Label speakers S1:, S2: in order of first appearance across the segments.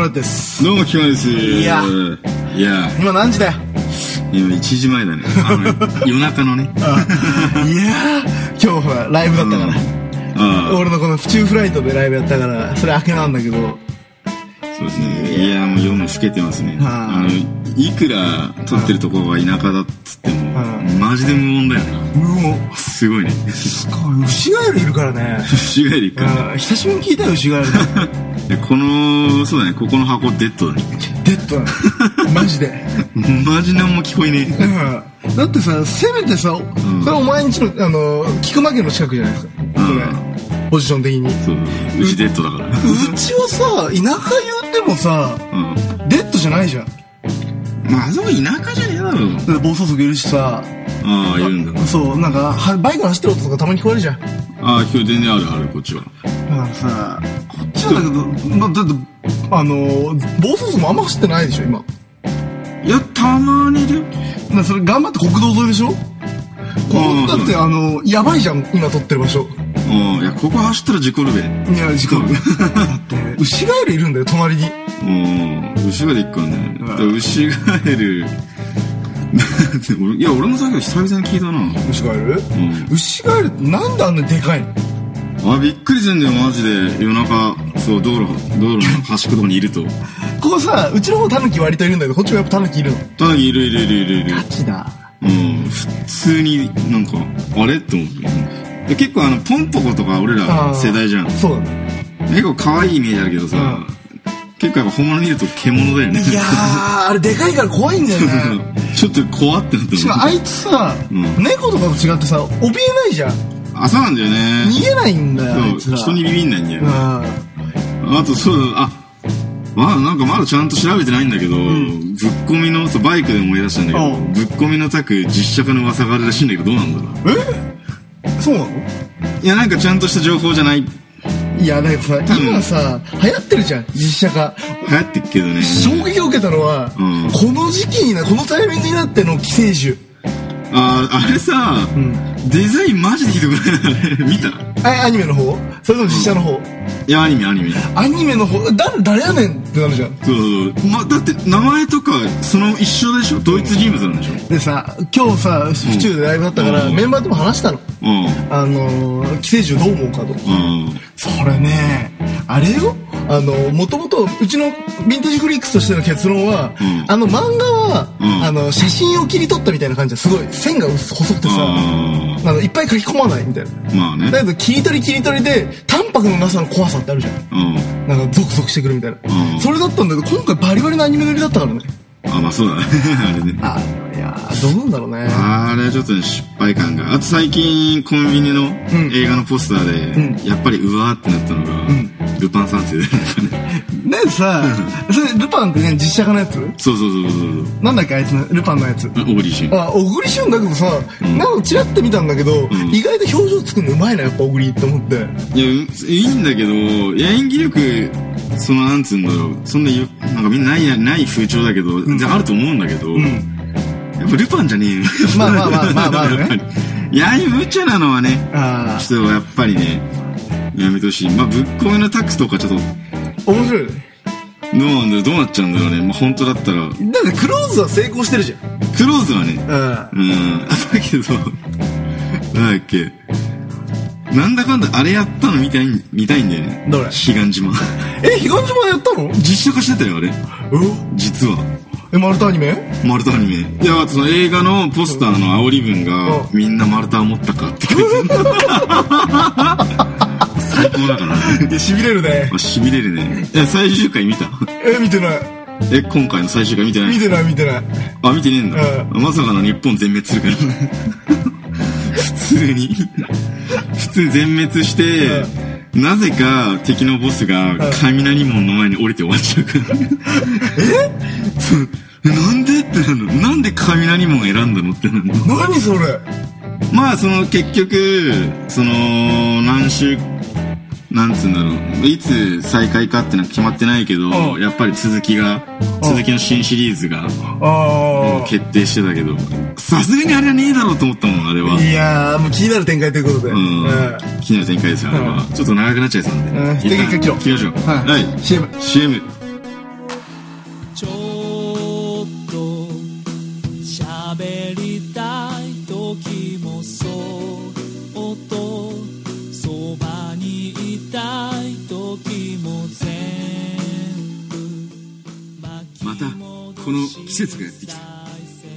S1: どうも、キマです。い
S2: や
S1: いや、
S2: 今何時だよ
S1: 今1時前だね。あのね夜中 のね。
S2: いやー今日ほらライブだったから、
S1: あ
S2: 俺のこの府中フライトでライブやったからそれ明けなんだけど
S1: あ、そうですね。いや、もう夜も更けてますね。あ
S2: は
S1: の、いくら撮ってるところが田舎だっつっても
S2: は、
S1: マジで無音だよね。
S2: 無音
S1: すごいね。
S2: すごい牛ガエルいるからね
S1: 市街で行くからね
S2: うん久しぶりに聞いたよ牛ガエル
S1: でこの、そうだね、ここの箱デッドだね。
S2: デッドなの マジで
S1: マジなんも聞こえね
S2: うんだってさせめてさ、これお前んちのあの菊間家の近くじゃないですか、これポジション的に
S1: え。そう、うちデッドだ から。
S2: うちはさ田舎言ってもさ
S1: うん。
S2: デッドじゃないじゃんだ
S1: まあ、あそこ田舎じゃねえだろ。
S2: って暴走族いるしさ
S1: ああ、いるんだ。
S2: そうなんかはバイクの走ってる音とかたまに聞こえるじゃん
S1: ああ、今日全然あるある、こっちは。
S2: だからさ、こっちなんだけど、だだって、あのー、暴走族もあんま走ってないでしょ、今。
S1: いや、たまにで。
S2: なそれ頑張って国道沿いでしょこ
S1: うん
S2: こだって、あのー、やばいじゃん、今撮ってる場所。
S1: うん、いや、ここ走ったら事故るべ。う
S2: いや、事故。だって、牛ガエルいるんだよ、隣に。
S1: ん、牛がで行くからね。
S2: うん
S1: だから牛がいる。 だって俺いや、俺もさっき久々に聞いたな。
S2: 牛ガエル
S1: ん
S2: 牛ガエルってなんであんなにでかいの
S1: あ、びっくりすんだよ、マジで。夜中、そう、道路、道路の端っことかにいると。
S2: ここさ、うちの方タヌキ割といるんだけど、こっちもやっぱタヌキいるの。
S1: ただいるいるいるいるいる。
S2: チだ。
S1: うん、普通になんか、あれって思って。で結構あの、ポンポコとか俺ら世代じゃん。
S2: そうだね。
S1: 結構可愛いイメージあるけどさ、
S2: うん
S1: 結構やっぱ本物見ると獣だよね。
S2: いやー、あれでかいから怖いんだよね。
S1: ちょっと怖ってなった
S2: しかもあいつさ、
S1: うん
S2: 猫とかと違ってさ、怯えないじゃん。
S1: あ、そうなんだよね。
S2: 逃げないんだよ、あいつ
S1: そう
S2: ら。
S1: 人にビビんないんだよ
S2: うん
S1: ね。。あと、そうだ、あ、まあ、なんかまだちゃんと調べてないんだけど、ぶっ込みの、そう、バイクで思い出したんだけど、
S2: うん
S1: ぶっ込みのタク、実写化の噂があるらしいんだけど、どうなんだろ
S2: えそうなの
S1: う。いや、なんかちゃんとした情報じゃない。流
S2: いや、なんかさ、
S1: 分
S2: 今さ、流行ってるじゃん、実写化。
S1: 行ってっけどね。
S2: 衝撃を受けたのは、
S1: うん
S2: この時期にな、このタイミングになっての寄生獣。
S1: あー、あれさ、デザインマジでひどくない あれ見た
S2: あ、アニメの方それとも実写の方、
S1: いや、アニメ、アニメ。
S2: アニメの方、だ、誰やねんってなるじゃん。
S1: そうそうそう。ま、だって、名前とか、その一緒でしょドイツ人物なんでしょ
S2: でさ、今日さ、府中でライブだったから、
S1: うん
S2: メンバーとも話したの。
S1: うん。
S2: あのー、寄生獣どう思うかと。
S1: うん。
S2: それね、あれよあの、もともと、うちのヴィンテージフリックスとしての結論は、
S1: うん
S2: あの漫画は、
S1: うん
S2: あの、写真を切り取ったみたいな感じですごい、線が薄細くてさ、
S1: あ
S2: あの、いっぱい書き込まないみたいな。
S1: ーまあね。
S2: だけど、切り取り切り取りで、淡白のなさの怖さってあるじゃん。
S1: うん。
S2: なんか、ゾクゾクしてくるみたいな。
S1: うん
S2: それだったんだけど、今回バリバリのアニメ塗りだったからね。
S1: あ、まあそうだね。 あれね。
S2: あいやーどうなんだろうね。
S1: あれはちょっとね、失敗感が。あと最近、コンビニの
S2: ん
S1: 映画のポスターで、やっぱりうわーってなったのが、ルパン三世だよね。
S2: ね さ、それ、ルパンってね、実写化のやつ
S1: そうそうそうそうそう。
S2: なんだっけ、あいつの、ルパンのやつ。
S1: オーリーシュン。
S2: あ、小栗旬だけどさ、なんかチラッて見たんだけど、意外と表情作るのうまいな、やっぱ小栗って思って。
S1: いや、ういいんだけど、いや演技力、その、なんつうんだろう、そんなゆ、なんかみんなない、ない風潮だけど、全然あると思うんだけど、やっぱルパンじゃねえよ。
S2: まあまあまあまあまあね
S1: やっぱり いや、ああいう無茶なのはね、
S2: あ
S1: ちょっとやっぱりね、やめてほしい。まあ、ぶっ込みのタックスとかちょっと、
S2: あ、面白いね。
S1: どうなんだろうどうなっちゃうんだろうね。まあ、本当だったら、
S2: だってクローズは成功してるじゃ
S1: クローズはね、
S2: ん。うん。
S1: うん、 だけど、なんだっけ、なんだかんだあれやったの見たいん、見たいんだよね。
S2: どれ
S1: 彼岸島。
S2: え、彼岸島やったの
S1: 実写化してたよ、あれ。実は。
S2: え、マルタアニメ
S1: 丸太アニメ。いや、その映画のポスターの煽り文が、みんな丸太を持ったかって書いてある。 最高だからね。
S2: いや、痺れるね。
S1: あ痺れるね。え、最終回見た
S2: え、見てない。
S1: え、今回の最終回見てな
S2: 見
S1: い
S2: てない、見てない。
S1: あ、見てねえんだ。
S2: う
S1: まさかの日本全滅するから。普通に。普通全滅して、なぜか敵のボスが雷門の前に降りて終わっちゃうから。えそうなんでってなのなんで雷門選んだのってなの
S2: 何それ
S1: まあその結局その何週なんつうんだろういつ再開かってのは決まってないけど
S2: うん
S1: やっぱり続きが続きの新シリーズが
S2: あ
S1: 決定してたけどさすがにあれはねえだろうと思ったもんあれは
S2: あ。いやー、もう気になる展開ということで。
S1: う
S2: うん
S1: ん気になる展開ですよあれはちょっと長くなっちゃいそうな
S2: う
S1: ん
S2: ん
S1: で一旦
S2: 一回切ろう
S1: 切りましょう
S2: はい。
S1: はい
S2: CM。
S1: CM
S3: ちょっと喋りたい時もそっとそばにいたい時も全部
S1: またこの季節がやってきた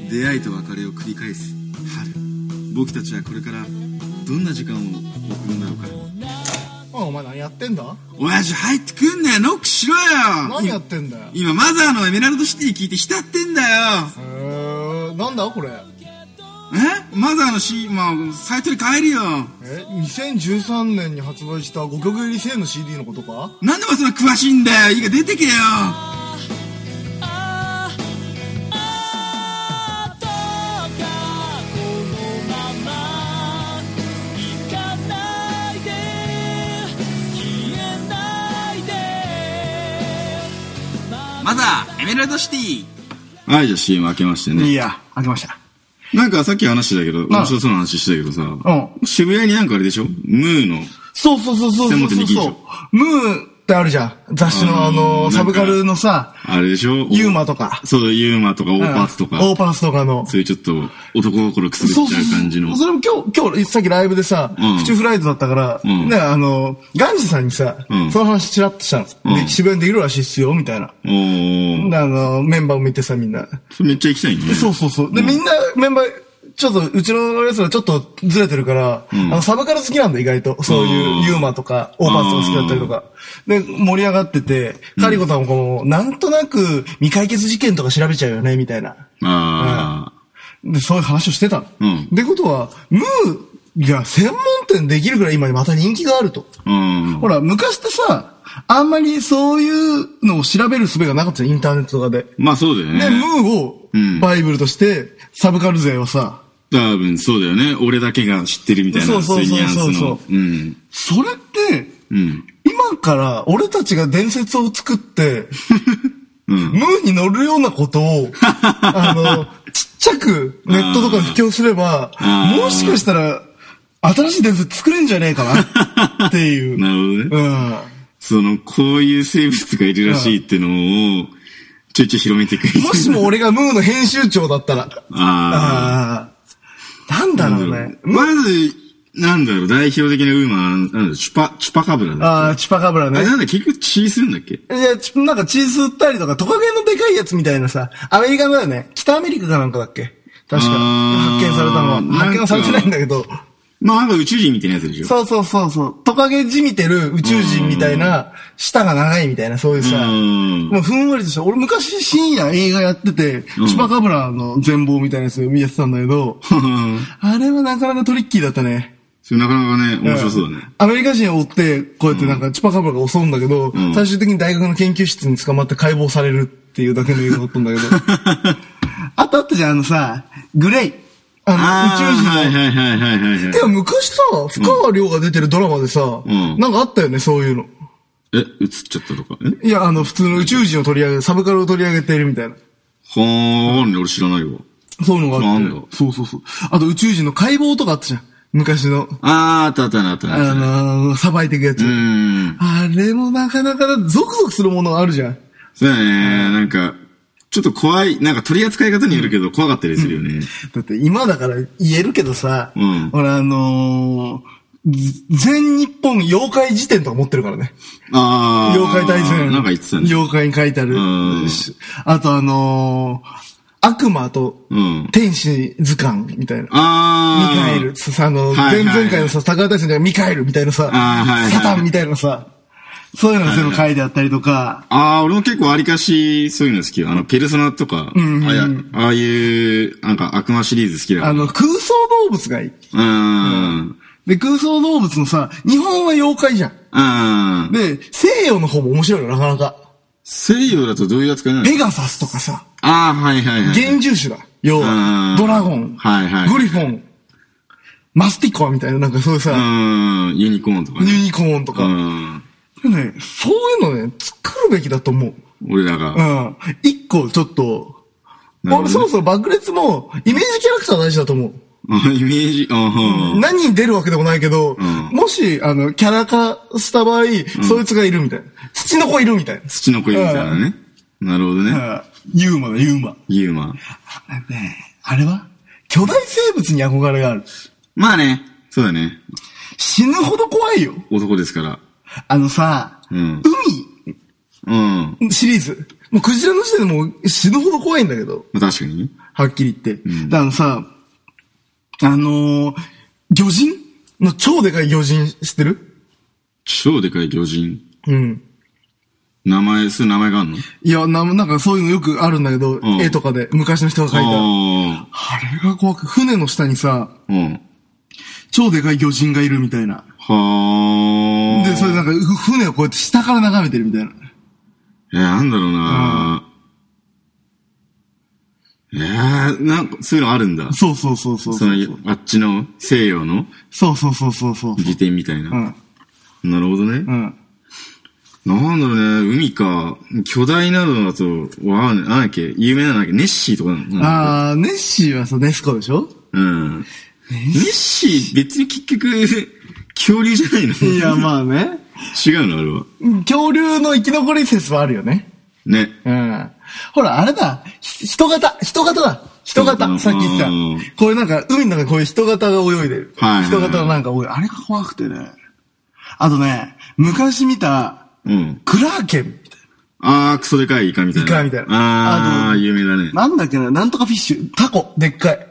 S1: 出会いと別れを繰り返す春僕たちはこれからどんな時間を送るんだろうか
S4: あお前何やってんだ
S1: 親父入ってくんなよノックしろよ
S4: 何やってんだよへ
S1: 今マザーのエメラルドシティ聞いて浸ってんだよ
S4: えー、なんだこれ
S1: えマザーのシーン、まあ、サイトに帰るよ
S4: え2013年に発売した5曲入り1000の CD のことか
S1: なんでお前そんな詳しいんだよいいから出てけよ
S3: 「ああどうかこのまま行かないで消えないで」
S1: マザーエメラルドシティはいじゃあ CM 開けましてね
S2: や、開けました。
S1: なんかさっき話してたけど面白そうな話してたけどさ、渋谷になんかあれでしょムーの
S2: そうそうそうそう
S1: 専
S2: そ
S1: 門
S2: うそう
S1: 店できるでしょ
S2: ムーってあるじゃん。雑誌の
S1: あ
S2: あ
S1: のー
S2: のー、サブカルのさ、
S1: あれでしょ
S2: ユーマとか。
S1: そうユーマとかオーパーツとか
S2: うんオーパーツとかの。
S1: そういうちょっと男心くすぶ
S2: そ
S1: っ
S2: う
S1: ち
S2: そ
S1: ゃ
S2: う
S1: う感じ
S2: そ
S1: の
S2: う。それも今日、今日、さっきライブでさ、
S1: うん
S2: 府中フライトだったから、
S1: うん
S2: ね、あの、ガンジさんにさ、
S1: うん
S2: その話チラッとしたんです。
S1: うん
S2: で、渋谷できるらしいっすよ、みたいな。
S1: おー
S2: であの、メンバーを見てさ、みんな。
S1: それめっちゃ行きたいね
S2: そうそうそう。で、みんな、メンバー、ちょっと、うちのやつらちょっとずれてるから、
S1: ん
S2: あの、サブカル好きなんだ、意外と。そう
S1: うん
S2: いう、ユーマとか、オーパーツが好きだったりとか。で、盛り上がってて、カリコさんもこう、なんとなく、未解決事件とか調べちゃうよね、みたいな。
S1: あ
S2: で、そういう話をしてたの。
S1: うん
S2: で、ことは、ムーが専門店できるぐらい今また人気があると。
S1: あうん
S2: ほら、昔ってさ、あんまりそういうのを調べる術がなかったじゃんインターネットとかで。
S1: まあそうだよね
S2: で、ムーを
S1: うん
S2: バイブルとして、サブカル勢をさ、
S1: 多分そうだよね俺だけが知ってるみたいな
S2: そうそうそうそうそう
S1: いニュアンスのうん
S2: それって、
S1: うん
S2: 今から俺たちが伝説を作って、
S1: うん
S2: ムーに乗るようなこと を、あの、ちっちゃくネットとかに布教すれば
S1: あ、ー
S2: もしかしたら、新しい伝説作れんじゃねえかな、っていう。
S1: なるほどね
S2: うん。
S1: そのこういう生物がいるらしいってのをちょいちょい広めていく
S2: もしも俺がムーの編集長だったら、
S1: あ
S2: ああ、なんだ
S1: あ
S2: ろうね。
S1: まずなんだろう代表的なウーマンなんだろうチュパチュパカブラだ
S2: ああ、チュパカブラ
S1: あ
S2: ね
S1: れ。なんだ結局血するんだっけ
S2: いや、ちなんか血吸ったりとか、トカゲのでかいやつみたいなさ、アメリカのだよね。北アメリカかなんかだっけ確か。
S1: あー
S2: 発見されたのは。
S1: なんか
S2: 発見はされてないんだけど。
S1: まあなんか宇宙人みたいなやつでしょ
S2: そうそうそうそう。トカゲじみてる宇宙人みたいな、舌が長いみたいな、そういうさ。
S1: うん
S2: もうふんわりとした。俺昔深夜映画やってて、チ
S1: うん
S2: ュパカブラの全貌みたいなやつ見やってたんだけど、あれはなかなかトリッキーだったね。
S1: それなかなかね、面白そうだね。
S2: アメリカ人を追って、こうやってなんかチュパカブラが襲うんだけど、
S1: ん
S2: 最終的に大学の研究室に捕まって解剖されるっていうだけの映画だったん だけど。あとあったじゃん、あのさ、グレイ。あの、宇宙人の。
S1: はいはいはいはいはいはい
S2: いや、昔さ、深川亮が出てるドラマでさ、
S1: うん
S2: なんかあったよね、そういうの。
S1: え、映っちゃったとか。え
S2: いや、あの、普通の宇宙人を取り上げ、サブカルを取り上げているみたいな。
S1: はー、わかんない俺知らないわ。
S2: そういうのがあ
S1: そう
S2: っ
S1: な
S2: て
S1: んだ。
S2: そうそうそう。あと宇宙人の解剖とかあったじゃん。昔の、
S1: あー、あったあったあったあった
S2: あ
S1: あった。
S2: のー、さばいていくやつ。
S1: うーん。
S2: あれもなかなかだゾクゾクするものがあるじゃん。
S1: そうだね、なんか、ちょっと怖い、なんか取り扱い方によるけど、怖かったりするよね。
S2: だって今だから言えるけどさ、
S1: うん
S2: 俺あのーず全日本妖怪辞典とか持ってるからね。
S1: あー。
S2: 妖怪大全。
S1: なんか言ってたね。
S2: 妖怪に書いてある
S1: うん。
S2: しあとあのー悪魔と
S1: うん
S2: 天使図鑑みたいな。
S1: あ
S2: ミ
S1: ー。
S2: カエル。さあの、
S1: はいはい
S2: 前々回のさ、高田大戦ではミカエルみたいなさ
S1: あーはいはい、
S2: サタンみたいなさ、そういうのが全部書いてあったりとか、
S1: あー、俺も結構ありかし、そういうの好きよ。あの、ペルソナとか、
S2: んうん
S1: あやああいう、なんか悪魔シリーズ好きだから
S2: あの、空想動物がいい。
S1: うーん。
S2: で、空想動物のさ、日本は妖怪じゃん。
S1: うん。
S2: で、西洋の方も面白いよ、なかなか。
S1: 西洋だとどういう扱いなの
S2: ペガサスとかさ、
S1: ああ、はいはいはい。
S2: 幻獣種だ。要
S1: うん
S2: は、ドラゴン、
S1: はいはい
S2: グリフォン、マスティコアみたいな、なんかそういう
S1: う
S2: さ、
S1: ーん、ユニコーンとか
S2: ユ
S1: ね。
S2: ニコーンと
S1: う
S2: か。
S1: ん。
S2: ね、そういうのね、作るべきだと思う。
S1: 俺ら
S2: う
S1: が。
S2: ん。一個、ちょっと、
S1: なるほどね
S2: 俺そもそも爆裂も、イメージキャラクター大事だと思う。
S1: あ イメージ、あは
S2: 何に出るわけでもないけど、
S1: ん
S2: もし、あの、キャラ化した場合、そいつがいるみたいな。土の子いるみたいな。
S1: 土の子いるみたいなね。なるほどね。
S2: ユーマだ、ユーマ。
S1: ユーマ。
S2: ねえあれは巨大生物に憧れがある。
S1: まあね。そうだね。
S2: 死ぬほど怖いよ。
S1: 男ですから。
S2: あのさ、
S1: うんうん。
S2: 海シリーズ。もうクジラの時点でもう死ぬほど怖いんだけど、
S1: まあ確かに。
S2: はっきり言って。
S1: ん
S2: で、あのさ、あのー、魚人の超でかい魚人知ってる
S1: 超でかい魚人。
S2: うん。
S1: 名前、そういう名前があるの
S2: いや、な、なんかそういうのよくあるんだけど、
S1: ん
S2: 絵とかで、昔の人が描いた。
S1: あ
S2: あれが怖く、船の下にさ、
S1: あ。うん。
S2: 超でかい魚人がいるみたいな。
S1: はあ。
S2: で、それなんか、ふ船をこうやって下から眺めてるみたいな。
S1: えー、なんだろうなえー、なんか、そういうのあるんだ。
S2: そうそうそうそう。
S1: そ
S2: そう
S1: の、あっちの西洋の
S2: そうそうそうそう。
S1: 辞典みたいな。
S2: うん。
S1: なるほどね。
S2: うん。
S1: なんだろうね、海か。巨大なのだと、わあ、なんだっけ、有名なのなんだっけ、ネッシーとかなの
S2: あー、ネッシーはさ、ネスコでしょ
S1: うん。ネッシー、別に結局、恐竜じゃないの
S2: いや、まあね。
S1: 違うのあれは。
S2: 恐竜の生き残り説はあるよね。
S1: ね。
S2: うん。ほら、あれだ。ひ人型人型だ人
S1: 人
S2: 型
S1: 型
S2: さっき言ってた
S1: うん。
S2: これなんか、海の中でこういう人型が泳いでる。
S1: はいはいはい
S2: 人型のなんか泳いあれが怖くてね。あとね、昔見た、
S1: うん。
S2: クラーケンみたいな。
S1: あー、クソでかいイカみたいな。
S2: イカみたいなあ
S1: あー、
S2: の
S1: 有名だね。
S2: なんだっけな、なんとかフィッシュ、タコ、でっかい。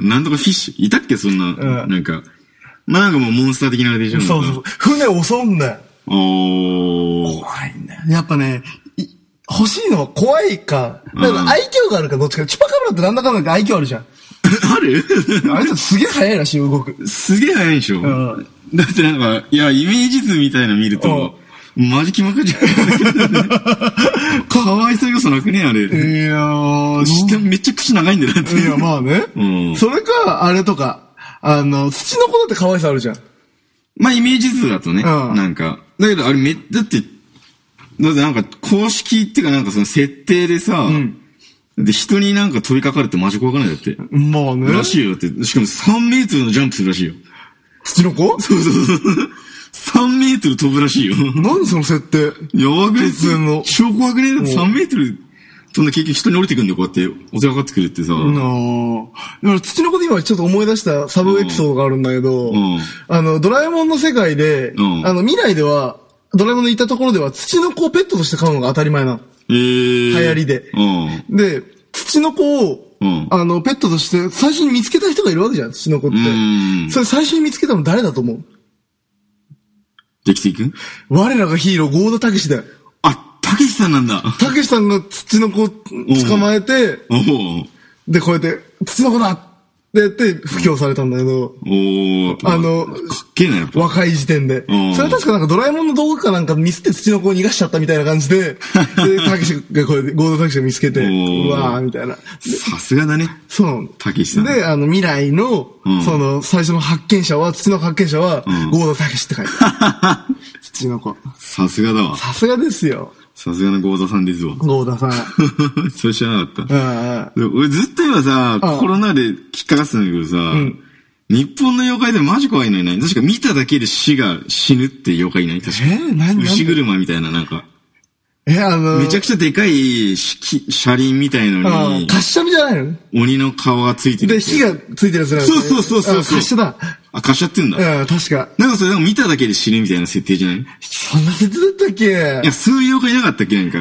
S1: なんとかフィッシュ。いたっけそんな、
S2: うん
S1: なんか。まあなんかもうモンスター的なあれでしょ
S2: そうそうそ
S1: なん
S2: う
S1: か。
S2: 船を襲うんだよ。
S1: おー。
S2: 怖いんだよ。やっぱね、い欲しいのは怖いか、だか
S1: う
S2: ら
S1: ん
S2: 愛嬌があるかどっちか。チュパカブラってなんだかんだで愛嬌あるじゃん。
S1: ある
S2: あいつすげえ早いらしいよ、動く。
S1: すげえ早いでしょ、
S2: ん
S1: だってなんか、いや、イメージ図みたいなの見ると、マジ気 まくっちゃう。かわいそう要素なくねあれ。
S2: いやー
S1: してめっちゃ口長いんだよだって。
S2: いや、まあね。
S1: うん
S2: それか、あれとか、あの、土の子だって可愛さあるじゃん。
S1: まあイメージ図だとね、
S2: うん
S1: なんか。だけどあれめ、だって、だってなんか公式っていうかなんかその設定でさ、
S2: ん
S1: で人になんか飛びかかるってマジ怖くないだって。
S2: まあね。
S1: らしいよ。だって、しかも3メートルのジャンプするらしいよ。
S2: 土の子
S1: そうそうそう。3メートル飛ぶらしいよ。
S2: 何その設定。
S1: やばくね
S2: 突然の
S1: 超怖くねだって3メートル飛んで結局人に降りてくんだよ、こうやって。お世話かかってくるってさ。
S2: なあ。でも土の子で今ちょっと思い出したサブエピソードがあるんだけど、
S1: うん
S2: あの、ドラえもんの世界で、
S1: うん
S2: あの、未来では、ドラえもんのいたところでは土の子をペットとして飼うのが当たり前なの。
S1: えー。
S2: 流行りで
S1: うん。
S2: で、土の子を、
S1: うん
S2: あの、ペットとして最初に見つけた人がいるわけじゃん、土の子って
S1: うん。
S2: それ最初に見つけたの誰だと思う
S1: できていく
S2: 我らがヒーロー、ゴーダたけしだよ。
S1: あ、たけしさんなんだ。
S2: たけしさんが土の子を捕まえて、
S1: おお
S2: で、こうやって、土の子だってやって、布教されたんだけど、
S1: おお
S2: あの
S1: かっけえな、やっぱ。
S2: 若い時点で
S1: うん。
S2: それは確かなんかドラえもんの道具かなんか見捨て土の子を逃がしちゃったみたいな感じで、で、たけしがこうやって、ゴーダたけしが見つけて、
S1: ん
S2: うわーみたいな。
S1: さすがだね。
S2: そうなの。
S1: たけしさん
S2: で、あの、未来の、
S1: うん
S2: その、最初の発見者は、土の発見者は、
S1: ん
S2: ゴーダたけしって書いてあ る。土の子。
S1: さすがだわ。
S2: さすがですよ、
S1: さすがの郷田さんですわ。
S2: ゴーダさん。
S1: それ知らなかっ
S2: う
S1: た。
S2: んうん。
S1: で俺ずっと今さ、
S2: うん
S1: コロナで引っかかってたんだけどさ、日本の妖怪でマジ怖いのいない確か見ただけで死が死ぬって妖怪いない確か。
S2: えー何何
S1: 牛車みたいななんか。
S2: え、あの、
S1: めちゃくちゃでかいしき車輪みたいの
S2: あ
S1: に
S2: あ、、カッシャミじゃないの
S1: 鬼の顔がついてる。
S2: で、火。がついてるやつなん
S1: そうそうそうそうそ
S2: カ
S1: う
S2: ッシャだ。
S1: あ、貸しちゃってんだ。
S2: うん、確か。
S1: なんかそれなんか見ただけで死ぬみたいな設定じゃない
S2: そんな説だったっけ
S1: いや、そういう妖怪なかったっけなんか。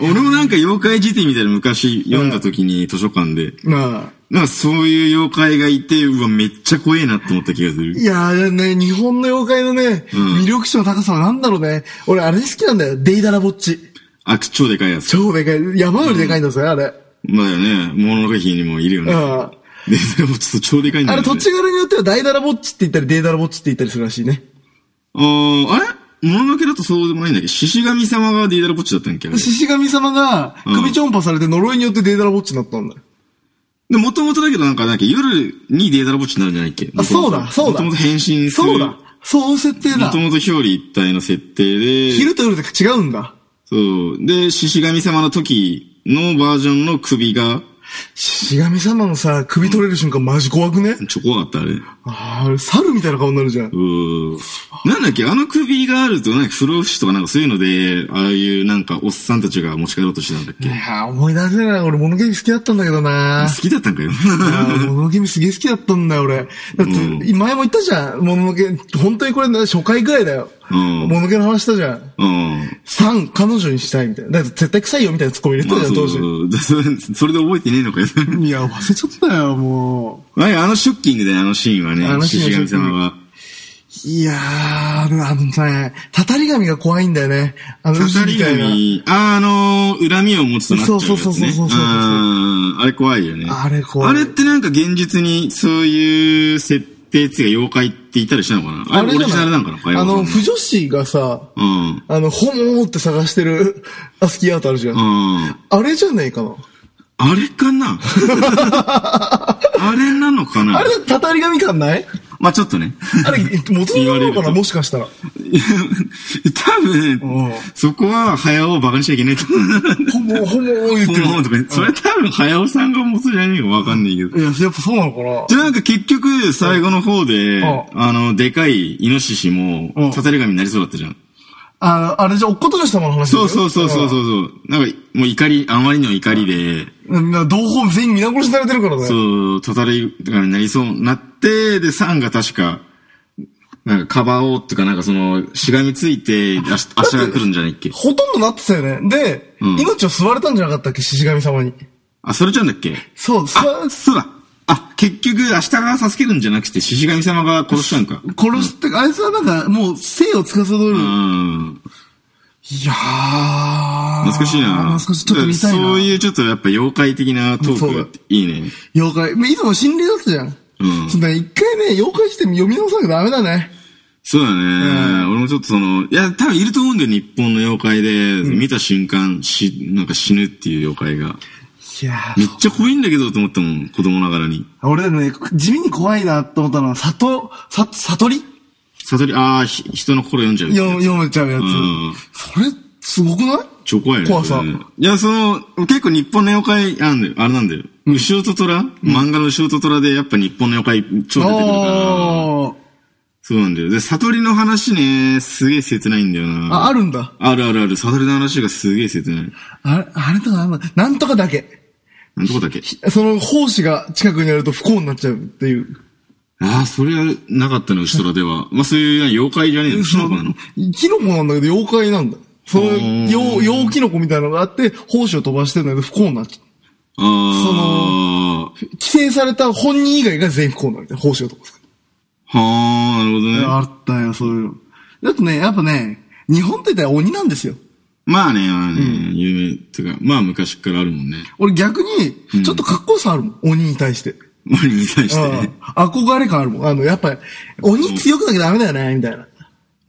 S1: 俺もなんか妖怪辞典みたいなの昔読んだ時に図書館で、
S2: なあ。
S1: なんかそういう妖怪がいて、うわ、めっちゃ怖えなって思った気がする
S2: い。やーね、日本の妖怪のね、
S1: ん
S2: 魅力値の高さはなんだろうね。俺、あれ好きなんだよ。デイダラぼっち。
S1: あ、超でかいやつ。
S2: 超でかい。山よりでかいんだぜ、あれ。
S1: まあだよね、モノノカヒにもいるよ
S2: う
S1: ね。
S2: ん。あ
S1: で、それもちょっと超でかいんだよ
S2: れ、
S1: ね。
S2: 土地柄によっては、ダイダラぼっちって言ったり、デイダラぼっちって言ったりするらしいね。
S1: あーあれモノノケだとそうでもないんだっけ獅子神様がディーダラポッチだったんだっけ
S2: 獅子神様が、
S1: うん
S2: 首ちょんぱされて呪いによってデイダラぼっちになったんだよ。
S1: で、もともとだけどなんか、なんか夜にディーダラポッチになるんじゃないっけ
S2: あ、そうだ、そうだ。
S1: もともと変身する。
S2: そうだ。そういう設定
S1: も
S2: だ
S1: と。もと表裏一体の設定で。
S2: 昼と夜で違うんだ。
S1: そう。で、獅子神様の時のバージョンの首が、
S2: しがみ様のさ、首取れる瞬間マジ怖くね
S1: ちょ、怖かった、あれ。う
S2: ああ、猿みたいな顔になるじゃん。
S1: ーなんだっけ、あの首があると、なんか不老不死とかなんかそういうので、ああいうなんかおっさんたちが持ち帰ろうとしてたんだっ
S2: い
S1: け。
S2: やー思い出せないな。俺、モノゲーム好きだったんだけどな
S1: 好きだったんか よ。
S2: あーモノゲームすげえ好きだったんだよ、俺。だって、
S1: う
S2: 前も言ったじゃん。モノゲー、本当にこれ、初回ぐらいだよ。
S1: うん
S2: モノゲーの話したじゃん。
S1: うん。
S2: 三、彼女にしたいみたいな。だって絶対臭いよみたいなツッコミ入れて
S1: ま
S2: たじ
S1: あ
S2: ゃん、
S1: そ
S2: 当
S1: う
S2: 時。
S1: そう そそれで覚えてねえのかよ。
S2: いや、忘れちゃったよ、も
S1: はい、あのショッキングだよ、あのシーンはね
S2: あ。のシーンは
S1: 獅子神様が。
S2: う。いやー、あのさね、たたり神が怖いんだよね。あの、
S1: たたり
S2: みたいな。
S1: 神、あーあのー、恨みを持つとなっちゃうやつ、ね。
S2: そうそうそうそうそうそう
S1: あーあれ怖いよね。
S2: あれ怖い
S1: あれってなんか現実にそういう設定つうか妖怪っていたりしたのかなあれオリジナルなんかな
S2: あれじゃないあの、不
S1: 不
S2: 女子がさ、
S1: うん。
S2: あの、ホモーって探してるアスキーアートあるじゃん。
S1: うん。
S2: あれじゃないかな。
S1: あれかなあれなのかな
S2: あれ、たたり神感ない
S1: まあちょっとね。
S2: あれ、元
S1: 言
S2: の
S1: わ
S2: な
S1: れ
S2: の
S1: る
S2: か
S1: と
S2: なもしかしたら。
S1: いや多分
S2: ん、
S1: そこは早尾をバカにしちゃいけないと思う。
S2: ホモー、ホモー言ってる。
S1: とか、それ多分早尾さんが持つじゃねえかわかんないけど
S2: い。や、やっぱそうなのかな
S1: じゃあなんか結局、最後の方で、
S2: う
S1: あの、でかいイノシシも
S2: うん、
S1: たたり神になりそうだったじゃん。
S2: あの、あれじゃ、おっこと女子様の話だ
S1: そ
S2: よ
S1: うそうそうそうそう。そうなんか、もう怒り、あまりの怒りで、
S2: うんな同胞全員皆殺しされてるからね。
S1: そう、たたり神になりそうになって、で、サンが確か、なんか、かばおうっていうか、なんかその、しがみついて、 足足が来るんじゃないっけ
S2: ほとんどなってたよね。で、
S1: うん
S2: 命を吸われたんじゃなかったっけ、獅子神様に。
S1: あ、それちゃうんだっけ
S2: そう、吸わ
S1: あ、そうだ。あ、結局、明日が助けるんじゃなくて、獅子神様が殺したんか。
S2: 殺して、あいつはなんか、もう、生を司る。い
S1: うん。
S2: やー。
S1: 懐かしい
S2: 懐
S1: な。
S2: かしい。ちょっと見たいな。
S1: そういうちょっとやっぱ妖怪的なトークがあっていいね。
S2: 妖怪。まあいつも心霊だったじゃん。
S1: うん
S2: そんな、一回ね、妖怪して読み直さなきゃダメだね。
S1: そうだね、俺もちょっとその、いや、多分いると思うんだよ、日本の妖怪で。見た瞬間、し、なんか死ぬっていう妖怪が。
S2: いや
S1: めっちゃ怖いんだけど、と思ったもん、子供ながらに。
S5: 俺ね、地味に怖いなと思ったのは、里、さ、悟り
S1: 悟り、ああ、ひ人の心読んじゃうってやつ。
S2: よ読めちゃうやつ。
S1: うん
S2: それ、すごくない
S1: 超怖いよね。
S2: 怖さ
S1: それねいや、その、結構日本の妖怪、あんだよあれなんだよ。後ろと虎漫画の後ろと虎で、やっぱ日本の妖怪、超出てくるから。
S2: あ
S1: そうなんだよ。で、悟りの話ね、すげえ切ないんだよ
S2: あ。あ、
S1: な。
S2: あるんだ。
S1: あるあるある。悟りの話がすげえ切ない。
S2: あれ、あれとかあんのなんとかだけ。
S1: なんとこだっけ
S2: その、奉仕が近くにあると不幸になっちゃうっていう。
S1: ああ、それはなかったの、後ろで は。まあ、そういう妖怪じゃねえの、後ろなの。
S2: キノコなんだけど妖怪なんだ。その、
S1: ー
S2: 妖、妖キノコみたいなのがあって、奉仕を飛ばしてるんだけど不幸になっちゃう。
S1: ああ。
S2: 規制された本人以外が全員不幸になるみたいな。奉仕を飛ばす。
S1: はあ、なるほどね。
S5: あったよ、そういうの。
S2: だってね、やっぱね、日本って言ったら鬼なんですよ。
S1: まあね、まあね、有名、てか、まあ昔からあるもんね。
S2: 俺逆に、ちょっとかっこよさあるもん。鬼に対して。
S1: 森に対してね。
S2: ああ憧れ感あるもん。あの、やっぱり、鬼強くなきゃダメだよね、みたいな。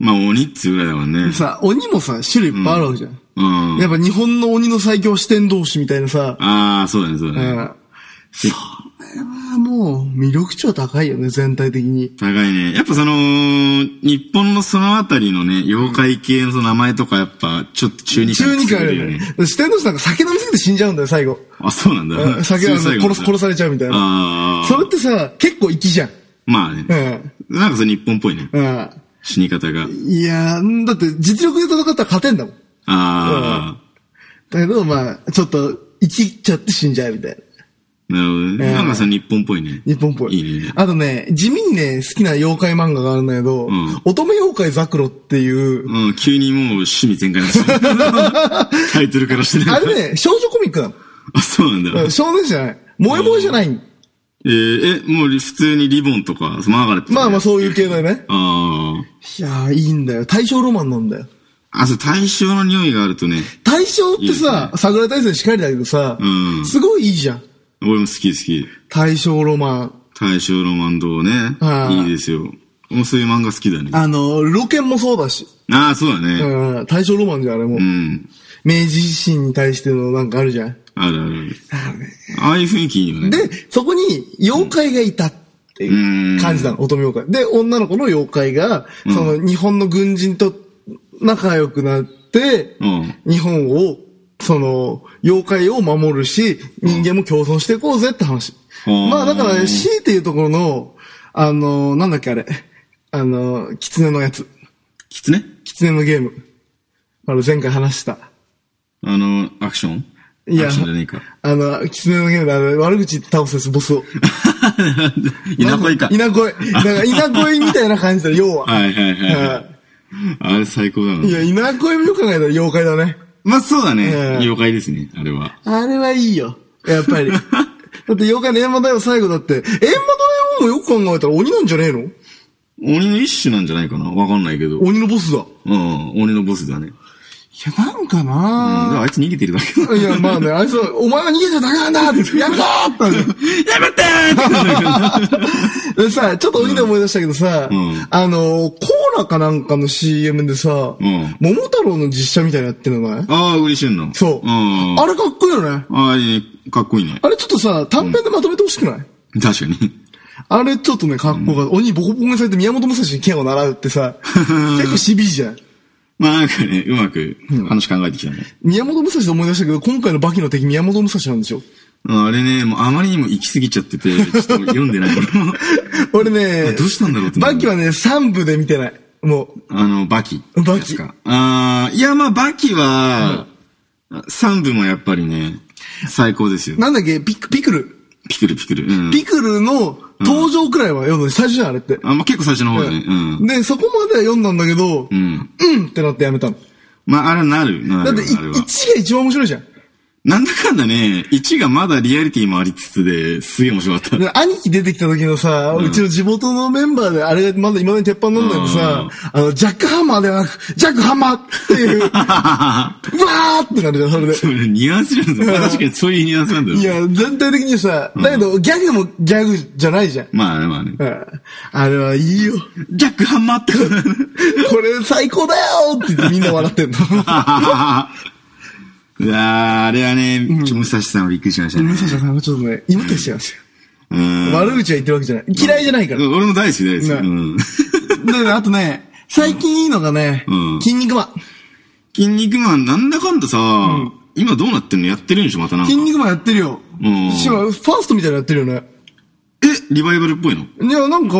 S1: まあ鬼っつうぐらいだもん ね。
S2: さ、鬼もさ、種類いっぱいあるわけじゃん。
S1: うん。
S2: やっぱ日本の鬼の最強四天同士みたいなさ、
S1: ああ、そうだね、そうだ
S2: う
S1: ね。
S2: ん。それはもう、魅力値は高いよね、全体的に。
S1: 高いね。やっぱその、日本のそのあたりのね、妖怪系のその名前とかやっぱ、ちょっと中二感
S2: 中二
S1: く
S2: 感あ
S1: すぐ
S2: るよね。。四天同士なんか酒飲みすぎて死んじゃうんだよ、最後。
S1: あ、そうなん
S2: う
S1: だ。
S2: ん酒あの
S1: そういう最
S2: 殺
S1: 後
S2: す殺されちゃうみたいな。
S1: ああ。
S2: それってさ、結構粋じゃん。
S1: まあね。
S2: うん。
S1: なんかそれ日本っぽいね。
S2: うん。
S1: 死に方が。
S2: いやー、だって実力で戦ったら勝てんだもん。
S1: あ
S2: だけど、まあ、ちょっと、生きっちゃって死んじゃうみたいな。
S1: あ。なるほど
S2: う
S1: ね。
S2: ん
S1: なんかその日本っぽいね。
S2: 日本っぽい。
S1: いいね。
S2: あとね、地味にね、好きな妖怪漫画があるんだけど、
S1: ん
S2: 乙女妖怪ザクロっていう、
S1: うん、急にもう趣味全開に なっちゃうタイトルからしてね。
S2: あれね、少女コミックなの
S1: あ、そうなんだ。
S2: うん。少年じゃない。萌え萌えじゃない。
S1: えー、え、もう普通にリボンとか、マーガレットとか
S2: まあまあそういう系だよね。
S1: ああ。
S2: いやー、いいんだよ。大正ロマンなんだよ。
S1: あ、そう、対象の匂いがあるとね、
S2: 大正って
S1: いいです
S2: さ
S1: ね、
S2: 桜井大戦しかりだけどさ、
S1: うん
S2: すごいいいじゃん。
S1: 俺も好き好き。
S2: 大正ロマン。
S1: 対象のマンドをね
S2: あ、ー
S1: いいですよ。もうそういう漫画好きだね。あ
S2: あの、ロケンもそうだし。
S1: あ、そうだね。
S2: うん、大正ロマンじゃん、あれも。
S1: うん。
S2: 明治維新に対してのなんかあるじゃん。
S1: あるあるある。ああいう雰囲気いいよね。
S2: で、そこに妖怪がいたっていう感じなの、乙女妖怪。で、女の子の妖怪が、その日本の軍人と仲良くなって、
S1: うん。
S2: 日本をその、妖怪を守るし、人間も共存していこうぜって話。
S1: うん
S2: まあだから、C っていうところの、あの、なんだっけあれ。あの、狐のやつ。
S1: キツネ
S2: 狐のゲーム。あの、前回話した。
S1: あの、アクション
S2: いや
S1: アクションじゃねえか。
S2: あの、狐のゲームであの、悪口言って倒すやつ、ボスを。
S1: 稲子いか。
S2: 稲恋。なんか稲恋みたいな感じだ、要は。
S1: はいはいはいは。
S2: はい
S1: あれ最高だ
S2: いい
S1: な。
S2: や、稲恋もよく考えたら妖怪だね。
S1: まあそうだね。
S2: うん
S1: 妖怪ですね、あれは。
S2: あれはいいよ。やっぱ り。だって妖怪の閻魔大王最後だって、閻魔大王もよく考えたら鬼なんじゃねえの
S1: 鬼の一種なんじゃないかなわかんないけど。うん、
S2: 鬼のボスだ。い
S1: 鬼のボスだね。うん、だ
S2: や、なんか
S1: から
S2: な
S1: あいつ逃げてるだけだ。
S2: ぁ。いや、まあね、あいつは、お前は逃げちゃダメなんだって、やるぞーって。
S1: やめ てーって
S2: でさ、ちょっと鬼で思い出したけどさ、
S1: うん
S2: あの、コーラかなんかの CM でさ、
S1: うん
S2: 桃太郎の実写みたいなのやってるのない
S1: ああ、嬉しいの。
S2: そう。
S1: うん。
S2: あれかっこいいよね。
S1: ああ、いいかっこいいね。
S2: あれちょっとさ、短編でまとめてほしくない、
S1: 確かに。
S2: あれちょっとね、かっこが、鬼ボコボコにされて宮本武蔵に剣を習うって さ、結構しびいじゃん。
S1: まあなんかね、うまく話考えてきたね。
S2: 宮本武蔵で思い出したけど、今回のバキの敵宮本武蔵なんでしょ
S1: うんあれね、もうあまりにも行き過ぎちゃってて、ちょっと読んでない。
S2: 俺ね、
S1: どうしたんだろうって
S2: バキはね、3部で見てない。も
S1: あの、バキ。
S2: バキ
S1: ですか。ああ、いやまあバキは、三部もやっぱりね、最高ですよ
S2: う、。なんだっけ、ピク、ピクル。
S1: ピクルピクル。うん。
S2: ピクルの登場くらいは読んだ、最初じゃん、あれって。
S1: あ、まあ結構最初の方だね。うん。
S2: で、そこまでは読んだんだけど、う、
S1: うんん。
S2: ってなってやめたの。
S1: まああれはなる。な
S2: だっ
S1: る
S2: て、い
S1: あれは。
S2: 1が一番面白いじゃん。
S1: なんだかんだね、1がまだリアリティもありつつで、すげえ面白かった。
S2: で兄貴出てきた時のさ、うちの地元のメンバーで、あれがまだ未だに鉄板なんだけどさ、あの、ジャックハンマーではなく、ジャックハンマーって いう、うわーってなるじゃん、それで。
S1: それニュアンスじゃん。まあ確かにそういうニュアンスなんだよ。
S2: いや、全体的にさ、だけど、ギャグもギャグじゃないじゃん。
S1: まあね、まあね。
S2: うんあれはいいよ。
S1: ジャックハンマ ーって。
S2: これ最高だよって言ってみんな笑ってんの。
S1: いやー、あれはね、ちょ武蔵さんはびっくりしました ね
S2: 武。蔵さんはちょっとね、イモテしちゃうんですよ。
S1: うん。
S2: 悪口は言ってるわけじゃない。嫌いじゃないから。
S1: 俺も大好き大好き。
S2: ね
S1: うん。
S2: だからあとね、最近いいのがね
S1: う、ん
S2: 筋肉マン。
S1: 筋肉マン、なんだかんださ、今どうなってんのやってるんでしょまたなんか
S2: 筋。肉マンやってるよ。
S1: うん
S2: しかも、ファーストみたいなのやってるよね。
S1: え、リバイバルっぽいの
S2: いや、なんか、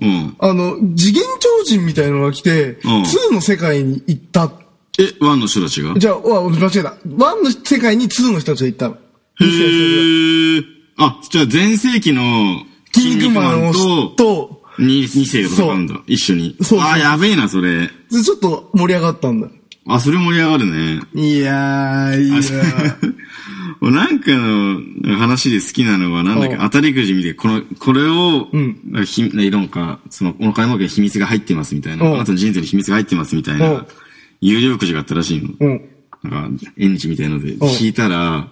S1: うん。
S2: あの、次元超人みたいのが来て、
S1: うん
S2: 2の世界に行った。
S1: え、ワンの人たちが
S2: じゃあ、わ間違えた。1の世界に2の人たちが行ったの。
S1: へー。あ、じゃあ前世紀の
S2: 筋肉マンをし
S1: と、
S2: と、
S1: に二世が戦うんだ。一緒に。
S2: そうそう
S1: あ、やべえな、それ。
S2: でちょっと盛り上がったんだ。
S1: あ、それ盛り上がるね。
S2: いやー、いいなー
S1: なんかの話で好きなのは、なんだっけ、
S2: うん
S1: 当たりくじ見て、この、これを、
S2: うん
S1: なんかひなんか、その、お金儲けに秘密が入ってますみたいな、
S2: うん
S1: あなたの人生に秘密が入ってますみたいな、
S2: うん
S1: 有料くじがあったらしいの。
S2: うん。
S1: なんか、エンジみたいので、引いたら、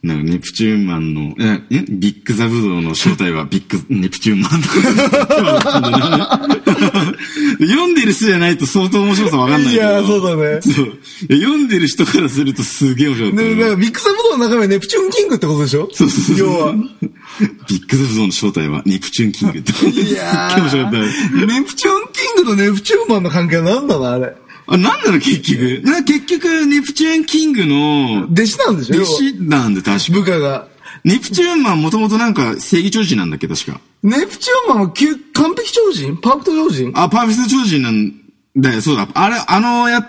S1: なんか、ネプチューンマンの、え、えビッグザブドウの正体はビッグ、ネプチューンマンとか。 読んでる人じゃないと相当面白さわかんない
S2: い
S1: けど。
S2: やー、そうだね。
S1: そう。いや読んでる人からするとすげえ面白かった
S2: で、
S1: ね。
S2: なんかビッグサムドの中身はネプチューンキングってことでしょ
S1: そうそうそう
S2: 要は。
S1: ビッグザブゾーンの正体はネプチューンキングって。
S2: いや
S1: すっげえ面白かった。
S2: ー、ネプチューンキングとネプチューンマンの関係は何なのあれ。
S1: あ、なんなの結局。な、結局、ネプチューンキングの
S2: 弟子なんでしょ
S1: 弟
S2: 要は
S1: 子なんで確か。
S2: 部下が。
S1: ネプチューンマンもともとなんか正義超人なんだっけ確か。
S2: ネプチューンマンは旧完璧超人パーフェクト超人
S1: あ、パーフェクト超人なんだよ、そうだ。あれ、あのや、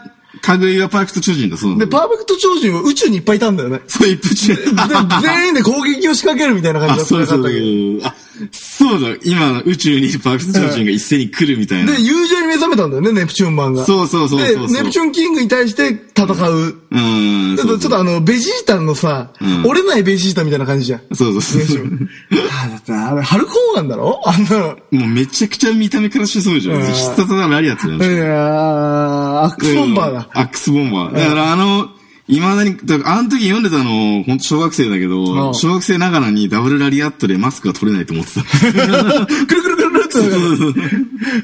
S1: 類はパーフェクト超人だ、そうだ。
S2: で、パーフェクト超人は宇宙にいっぱいいたんだ よね。
S1: そう、一プチュ
S2: で、全員で攻撃を仕掛けるみたいな感
S1: あ、
S2: じだった
S1: そう
S2: な
S1: そ
S2: か
S1: う
S2: ったけど。
S1: そう。あ、そうだ、今、宇宙にパーフェクト超人が一斉に来るみたいな。
S2: で、友情に目覚めたんだよね、ネプチューンマンが。
S1: そうそうそうそうそう
S2: で、ネプチューンキングに対して戦う。
S1: うーん。
S2: ちょっと、ちょっとあの、ベジータのさ、
S1: うん
S2: 折れないベジータみたいな感じじゃん。
S1: そうそうそう。
S2: あ、だってあれ、ハルコーガンだろあんなの。
S1: もうめちゃくちゃ見た目からしてそうじゃん。
S2: うん
S1: 必殺技のあるやつじゃん。
S2: いやー、アックスボンバーだ。
S1: アックスボンバー。だからあの、未だに、だからあの時読んでたの、本当小学生だけ
S2: う
S1: ど、
S2: ん
S1: 小学生ながらにダブルラリアットでマスクが取れないと思って た。
S2: くるくるくるくるってなる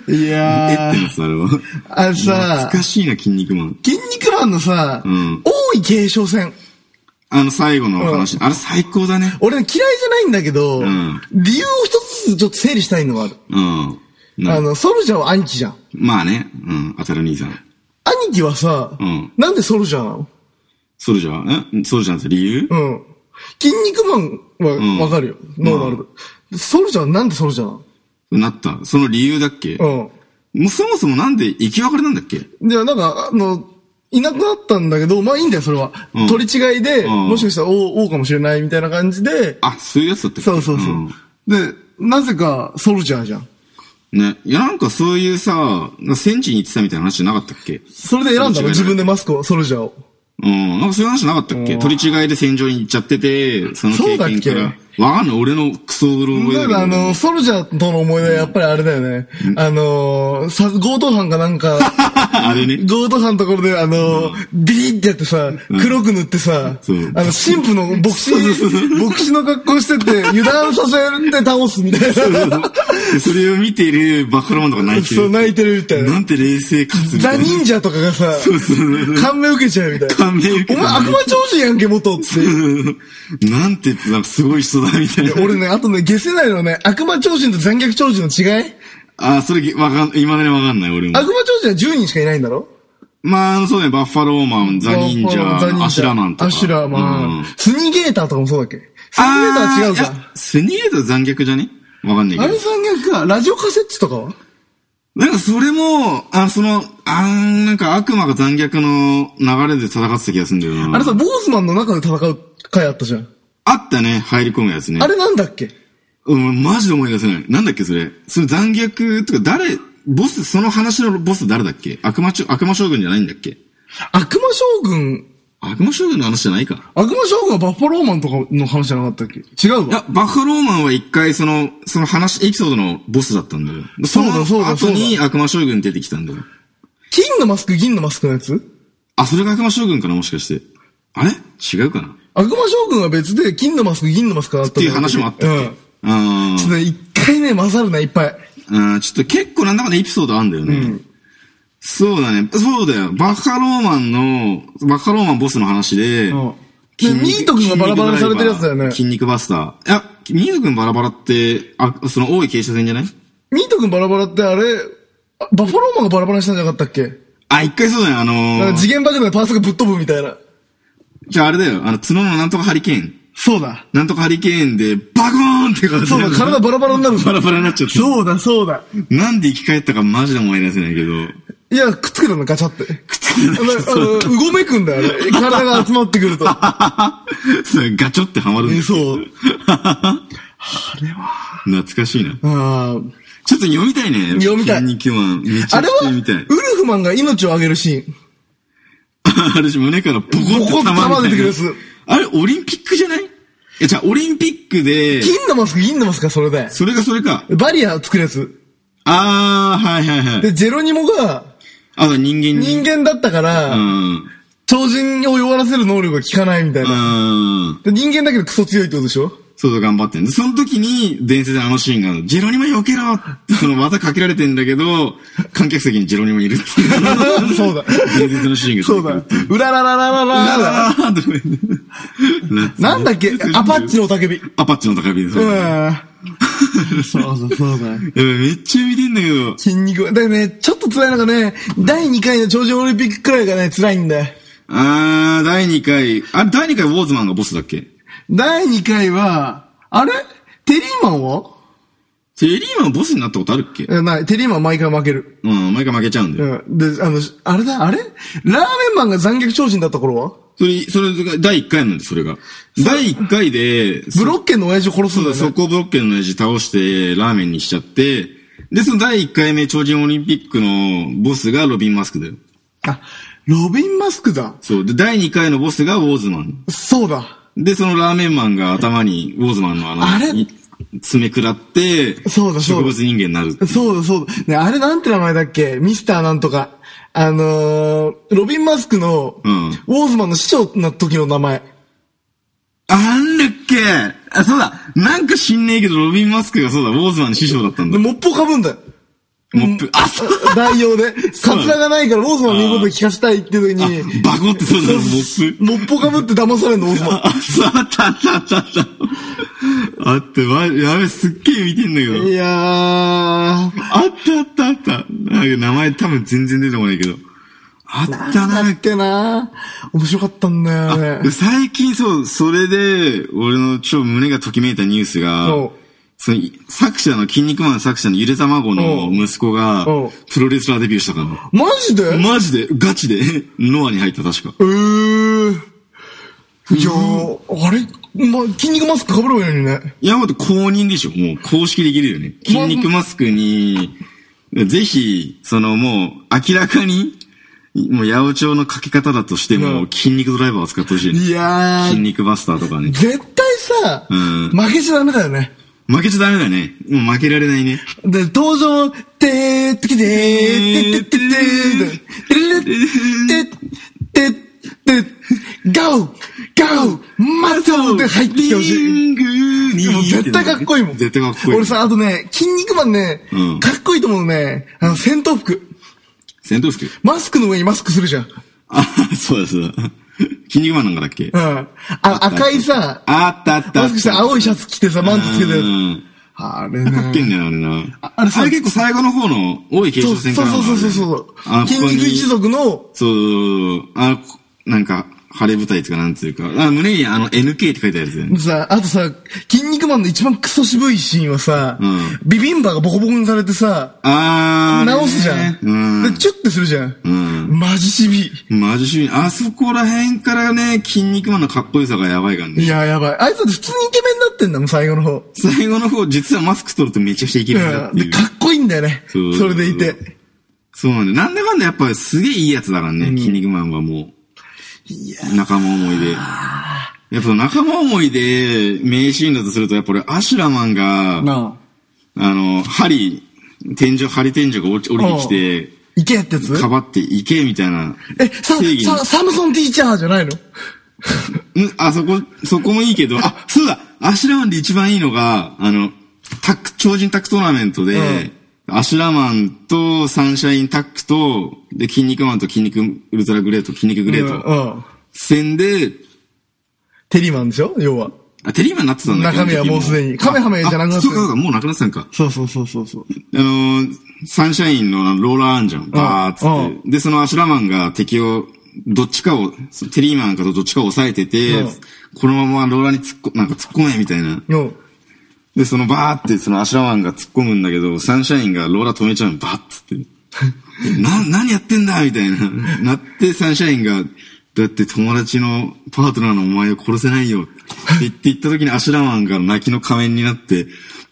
S2: い
S1: えっ
S2: や
S1: て
S2: ー、
S1: ます、あれは。
S2: あれさ
S1: 懐、かしいな、筋肉マン。
S2: 筋肉マンのさ、
S1: ん
S2: 王位継承戦。
S1: あの最後の話。あれ最高だね。
S2: 俺ね嫌いじゃないんだけど、
S1: ん
S2: 理由を一つずつちょっと整理したいのがある。
S1: うん。な
S2: あの、ソルジャーは兄貴じゃん。
S1: まあね。うん。当たる兄さん。
S2: 兄貴はさ、
S1: うん
S2: なんでソルジャーなの
S1: ソルジャーえソルジャーって理由
S2: うん。筋肉マン
S1: ん
S2: はわかるよ。ノーマルで。ソルジャーなんでソルジャー
S1: なった。その理由だっけ
S2: なの
S1: もうそもそもなんで生き別れなんだっけ
S2: うん。じゃあなんか、あの、いなくなったんだけど、まあいいんだよ、それは。
S1: うん
S2: 取り違いで、
S1: うん
S2: もしかしたら王王かもしれないみたいな感じで、
S1: あ、そういうやつだったっけ
S2: そうそうそう。で、なぜか、ソルジャーじゃん。
S1: んね。いや、なんかそういうさ、戦地に行ってたみたいな話じゃなかったっけ
S2: それで選んだの
S1: 間違いない
S2: 自分でマスクを、ソルジャーを。
S1: うん。なんかそういう話なかったっけ取り違いで戦場に行っちゃってて、その経験
S2: そ
S1: か
S2: うだ
S1: ら
S2: っ。
S1: わかんない、俺のクソ泥棒
S2: だ
S1: だ
S2: か
S1: け
S2: らあ
S1: ど。
S2: の、ソルジャーとの思い出はやっぱりあれだよね。あのー、さ強盗犯かなん か、
S1: あれね。
S2: 強盗犯のところで、あの、ビリってやってさ、黒く塗ってさ、
S1: そう
S2: あの、神父の牧師、牧師の格好してって、油断させて倒すみたいな。
S1: それを見ているバカラマンとか泣いて
S2: そう、
S1: る。
S2: 泣いてるみたい
S1: な
S2: な。
S1: んて冷静かつみた
S2: ザ・
S1: いな。
S2: 忍者とかがさ、
S1: そうそう。
S2: 感銘受けちゃうみたいな。
S1: 感銘受け
S2: お
S1: た
S2: 前悪魔超人やんけ、元って。
S1: なんて、なんかすごい人だ、みたいな。
S2: 俺ね、あとね、下世代のね、悪魔超人と残虐超人の違い
S1: あ、それ、わかん、未だにわかんない、俺も。
S2: 悪魔超人は10人しかいないんだろ
S1: まああの、そうね、バッファローマン、ザ・忍者、アシュラマンとか。
S2: アシュラマ
S1: うん
S2: ン。スニーゲーターとかもそうだっけスニーゲーターは違う
S1: あーいや
S2: か。
S1: スニーゲーター残虐じゃねわかんない
S2: あ
S1: け
S2: れ
S1: ど。
S2: 残虐か。ラジオカセッチとかは
S1: なんかそれも、あ、その、あーなんか悪魔が残虐の流れで戦ってた気がするんだよな。
S2: あれさ、ボーズマンの中で戦う回あったじゃん。
S1: あったね、入り込むやつね。
S2: あれなんだっけ
S1: うん、マジで思い出せない。なんだっけ、それ。その残虐とか、誰、ボス、その話のボス誰だっけ悪魔ちょ、悪魔将軍じゃないんだっけ
S2: 悪魔将軍。
S1: 悪魔将軍の話じゃないか。
S2: 悪魔将軍はバッファローマンとかの話じゃなかったっけ違う
S1: い
S2: わ。
S1: や、バッファローマンは一回、その、その話、エピソードのボスだったんだよ。
S2: そ
S1: そ
S2: うだそう
S1: の
S2: だそう
S1: 後
S2: だ
S1: に悪魔将軍出てきたんだよ。
S2: 金のマスク、銀のマスクのやつ
S1: あ、それが悪魔将軍かなもしかして。あれ違うかなっ
S2: 悪魔将軍は別で、金のマスク、銀のマスクがあったん
S1: て
S2: だ
S1: いう話もあったっ
S2: うん。
S1: けうん
S2: ちょっとね、一回ね、混ざるな、いっぱい。
S1: うん。ちょっと結構なんだかんだエピソードあんだよね。そうだね。そうだよ。バッファローマンの、バッファローマンボスの話で、
S2: でミート君がバラバラにされてるやつだよね。
S1: 筋肉バスター。いや、ミート君バラバラって、あ、その、多い傾斜線じゃない
S2: ミート君バラバラってあれ、あバッファローマンがバラバラにしたんじゃなかったっけ
S1: あ、一回そうだよ。あの
S2: なん
S1: ー
S2: か次元爆弾でパーツがぶっ飛ぶみたいな。
S1: じゃああれだよ。あの、角のなんとかハリケーン。
S2: そうだ。
S1: なんとかハリケーンで、バコーンって感じ
S2: そうだ、体バラバラになる
S1: バラバラになっちゃった。
S2: そうだ、そうだ。
S1: なんで生き返ったかマジで思い出せないけど。
S2: いや、くっつけたの、ガチャって。
S1: くっつけ
S2: あの、あ
S1: そう
S2: のうごめくんだよ、あれ。体が集まってく ると。
S1: そうガチョってハマるんだ
S2: え
S1: よ
S2: そう。
S1: 懐かしいな。
S2: あー
S1: ちょっと読みたいね。
S2: 読みたい
S1: 筋肉マン。めちゃ
S2: あれ
S1: く
S2: は、
S1: ちゃ読
S2: ウル
S1: みたい。
S2: フマンが命をあげるシーン。
S1: あるし、胸からボコ
S2: ボコ
S1: ッ
S2: ッ
S1: と
S2: と
S1: 玉みたいな
S2: 玉出てくるやつ
S1: あれ、オリンピックじゃないえ、じゃあ、オリンピックで、
S2: 金のマスク、銀のマスクか、それで。
S1: それがそれか。
S2: バリアを作るやつ。
S1: あー、はいはいはい。
S2: で、ジェロニモが
S1: あと人間に。
S2: 人間だったか
S1: う
S2: ら、
S1: ん。う
S2: 超人を弱らせる能力が効かないみたいな。
S1: ん。
S2: で人間だけどクソ強いってことでしょ
S1: そうそう頑張ってんでその時に、伝説のあのシーンがある、ジェロニモ避けろってその技かけられてんだけど、観客席にジェロニモいるっていう。
S2: そうだ
S1: 伝説のシーン が
S2: そうだ。うらららららら ら。
S1: あーとか言っ て
S2: なんだっけアパッチのおたけび。
S1: アパッチの高火です。
S2: う
S1: うん
S2: ん。そうそうそうだ。
S1: やべめっちゃ見てんだけど、
S2: 筋肉は。だからね、ちょっと辛いのがね、第2回の超人オリンピックくらいがね、辛いんだよ。
S1: あー、第2回、あ、第2回ウォーズマンがボスだっけ
S2: 第2回は、あれテリーマンは
S1: テリーマンボスになったことあるっけ
S2: いやない、テリーマン毎回負ける。
S1: うん、毎回負けちゃうんだよ。
S2: うん。で、あの、あれだ、あれラーメンマンが残虐超人だった頃は
S1: それ、それが第1回なんで、それが。第1回で、
S2: ブロッケンの親父を殺す
S1: そ
S2: ん
S1: う
S2: だ
S1: だ、
S2: よ、ね。
S1: 速攻ブロッケンの親父倒して、ラーメンにしちゃって、で、その第1回目超人オリンピックのボスがロビン・マスクだよ。
S2: あ、ロビンマスクだ。
S1: そう。で、第2回のボスがウォーズマン。
S2: そうだ。
S1: で、そのラーメンマンが頭に、ウォーズマンのあの、
S2: あれ
S1: い爪くらって、
S2: そうだそうだ
S1: 植物人間になる。
S2: そうだそうだ。ね、あれなんて名前だっけミスターなんとか。あのー、ロビンマスクの、
S1: うん
S2: ウォーズマンの師匠の時の名前。
S1: あんだっけあ、そうだなんか知んねえけど、ロビン・マスクがそうだ、ウォーズマンの師匠だったん
S2: で、
S1: だ。モ
S2: モップをかぶんだよ。
S1: ップ。あ、そう
S2: 代用で。
S1: そう
S2: カツラがないから、ウォーズマンの言うことを聞かせたいっていう時
S1: あ
S2: に、
S1: バコってそうだ、モップ。
S2: モップをかぶって騙されんの、ウォーズマン。
S1: あ、そう、あったあったあったあった。あって、わ、やべ、すっげえ見てんだけ
S2: い
S1: ど。
S2: やー、
S1: あったあったあった。なんか名前多分全然出てこないけど。あった
S2: だ
S1: な
S2: っけな面白かったんだよね。
S1: 最近そう、それで、俺の超胸がときめいたニュースが
S2: おう、
S1: その作者の、筋肉マン作者のゆで卵の息子が
S2: おう、
S1: プロレスラーデビューしたか
S2: マジで
S1: ら。マジで、ガチで、ノアに入った確か。
S2: えー。いやー、あれ、ま、筋肉マスク被ればいいのにね。
S1: 山本公認でしょもう公式できるよね。筋肉マスクに、ぜひ、そのもう明らかに、もう八百長のかけ方だとしても、筋肉ドライバーを使ってほしいね。
S2: いや
S1: 筋
S2: ー、
S1: 肉バスターとかね。
S2: 絶対さ、
S1: うん
S2: 負けちゃダメだよね。
S1: 負けちゃダメだね。もう負けられないね。
S2: で、登場、てーってきてー、てってってってーって、てれれってってって、ガウガウマットで入ってきてほしい。
S1: リングに。
S2: でも絶対かっこいいもん。
S1: 絶対かっこいい。
S2: 俺、さ、あとね、筋肉マンね、
S1: うん
S2: かっこいいと思うのね、あの、戦闘服。
S1: 戦闘服。
S2: マスクの上にマスクするじゃん。
S1: あ、そうだそう だ。筋肉マンなんかだっけ
S2: うん。あ、赤いさ、
S1: あったあったあった。
S2: マスクして青いシャツ着てさ、マントつけてる
S1: う。ん
S2: あれ
S1: かっけえ
S2: ね。
S1: んだよ、あれな。あ
S2: あれ
S1: れ
S2: さ
S1: 結構最後の方の多い継
S2: そう
S1: 承
S2: そ
S1: 戦
S2: う
S1: からの
S2: そうそうそう
S1: あの。
S2: 筋
S1: ここに
S2: 肉一族の、
S1: そう、あこなんか、晴れ舞台とかなんつうか。あ胸にあの NK って書いてあるやつだよね。
S2: さ、あとさ、筋肉マンの一番クソ渋いシーンはさ、
S1: うん
S2: ビビンバがボコボコにされてさ、
S1: あー。
S2: 直すじゃん。
S1: うん。
S2: で、チュッてするじゃん。
S1: うん
S2: マジ渋い。
S1: マジ主義。あそこら辺からね、筋肉マンのかっこよさがやばいから
S2: い
S1: ね。
S2: や、やばい。あいつだって普通にイケメンになってんだもん、最後の方。
S1: 最後の方、実はマスク取るとめちゃくちゃいけるんだっ
S2: うん。
S1: て
S2: で、
S1: いう
S2: か。っこいいんだよね。そ
S1: そう
S2: れでいて。
S1: そうなんだよ。なんだかんだやっぱりすげえいいやつだからね、筋肉マンはもう。仲間思いで。やっぱ仲間思いで名シーンだとすると、やっぱ俺、アシュラマンが、
S2: なあ。
S1: あの、針、天井、針天井が落ち降りてきて、
S2: いけってやつ
S1: かばっていけ、みたいな。
S2: え、さ
S1: 正、義
S2: さ、サムソンティーチャーじゃないの
S1: うんあそこ、そこもい いけど、あ、そうだアシュラマンで一番いいのが、あの、タック、超人タックトーナメントで、アシュラマンとサンシャインタックと、で、筋肉マンと筋肉ウルトラグレート、筋肉グレート、
S2: うんうん。
S1: 戦で、
S2: テリーマンでしょ要は。
S1: あ、テリーマンになってたんだ
S2: 中身はもうすでにカメハメじゃなくなってる
S1: た。あそうかそうか、もうなくなってたんか。
S2: そうそうそうそうそう。
S1: あのーサンシャインのあのローラーあんじゃん。バーっつ
S2: うん
S1: って。で、そのアシュラマンが敵を、どっちかを、そのテリーマンかとどっちかを抑えてて
S2: うん、
S1: このままローラーに突っ込、なんか突っ込めみたいな。
S2: うん。
S1: で、そのバーって、そのアシュラマンが突っ込むんだけど、サンシャインがローラー止めちゃうの、バーっつって。な、何やってんだみたいな。なって、サンシャインが、だって友達のパートナーのお前を殺せないよ。って言って言った時にアシュラマンが泣きの仮面になって、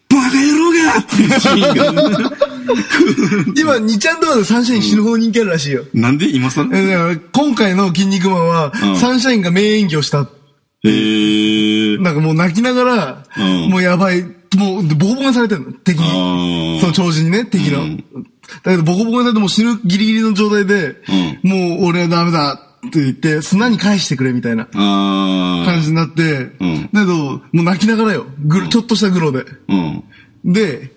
S1: バカ野郎がっていうシーンが。
S2: 今、2ちゃんとかでサンシャイン死ぬほど人気あるらしいよ。
S1: なんで今更
S2: えだから今回の筋肉マンは、
S1: ん
S2: サンシャインが名演技をした。
S1: えー。
S2: なんかもう泣きながら、
S1: うん
S2: もうやばい、もうボコボコにされてるの、敵
S1: あ
S2: に。
S1: ー
S2: その超人にね、敵の。
S1: うん
S2: だけどボコボコにされてもう死ぬギリギリの状態で、もう俺はダメだって言って、砂に返してくれみたいな
S1: あ
S2: 感じになって、
S1: ん
S2: だけど、もう泣きながらよ。ぐる、ちょっとしたグロで。
S1: ー。うん。
S2: で、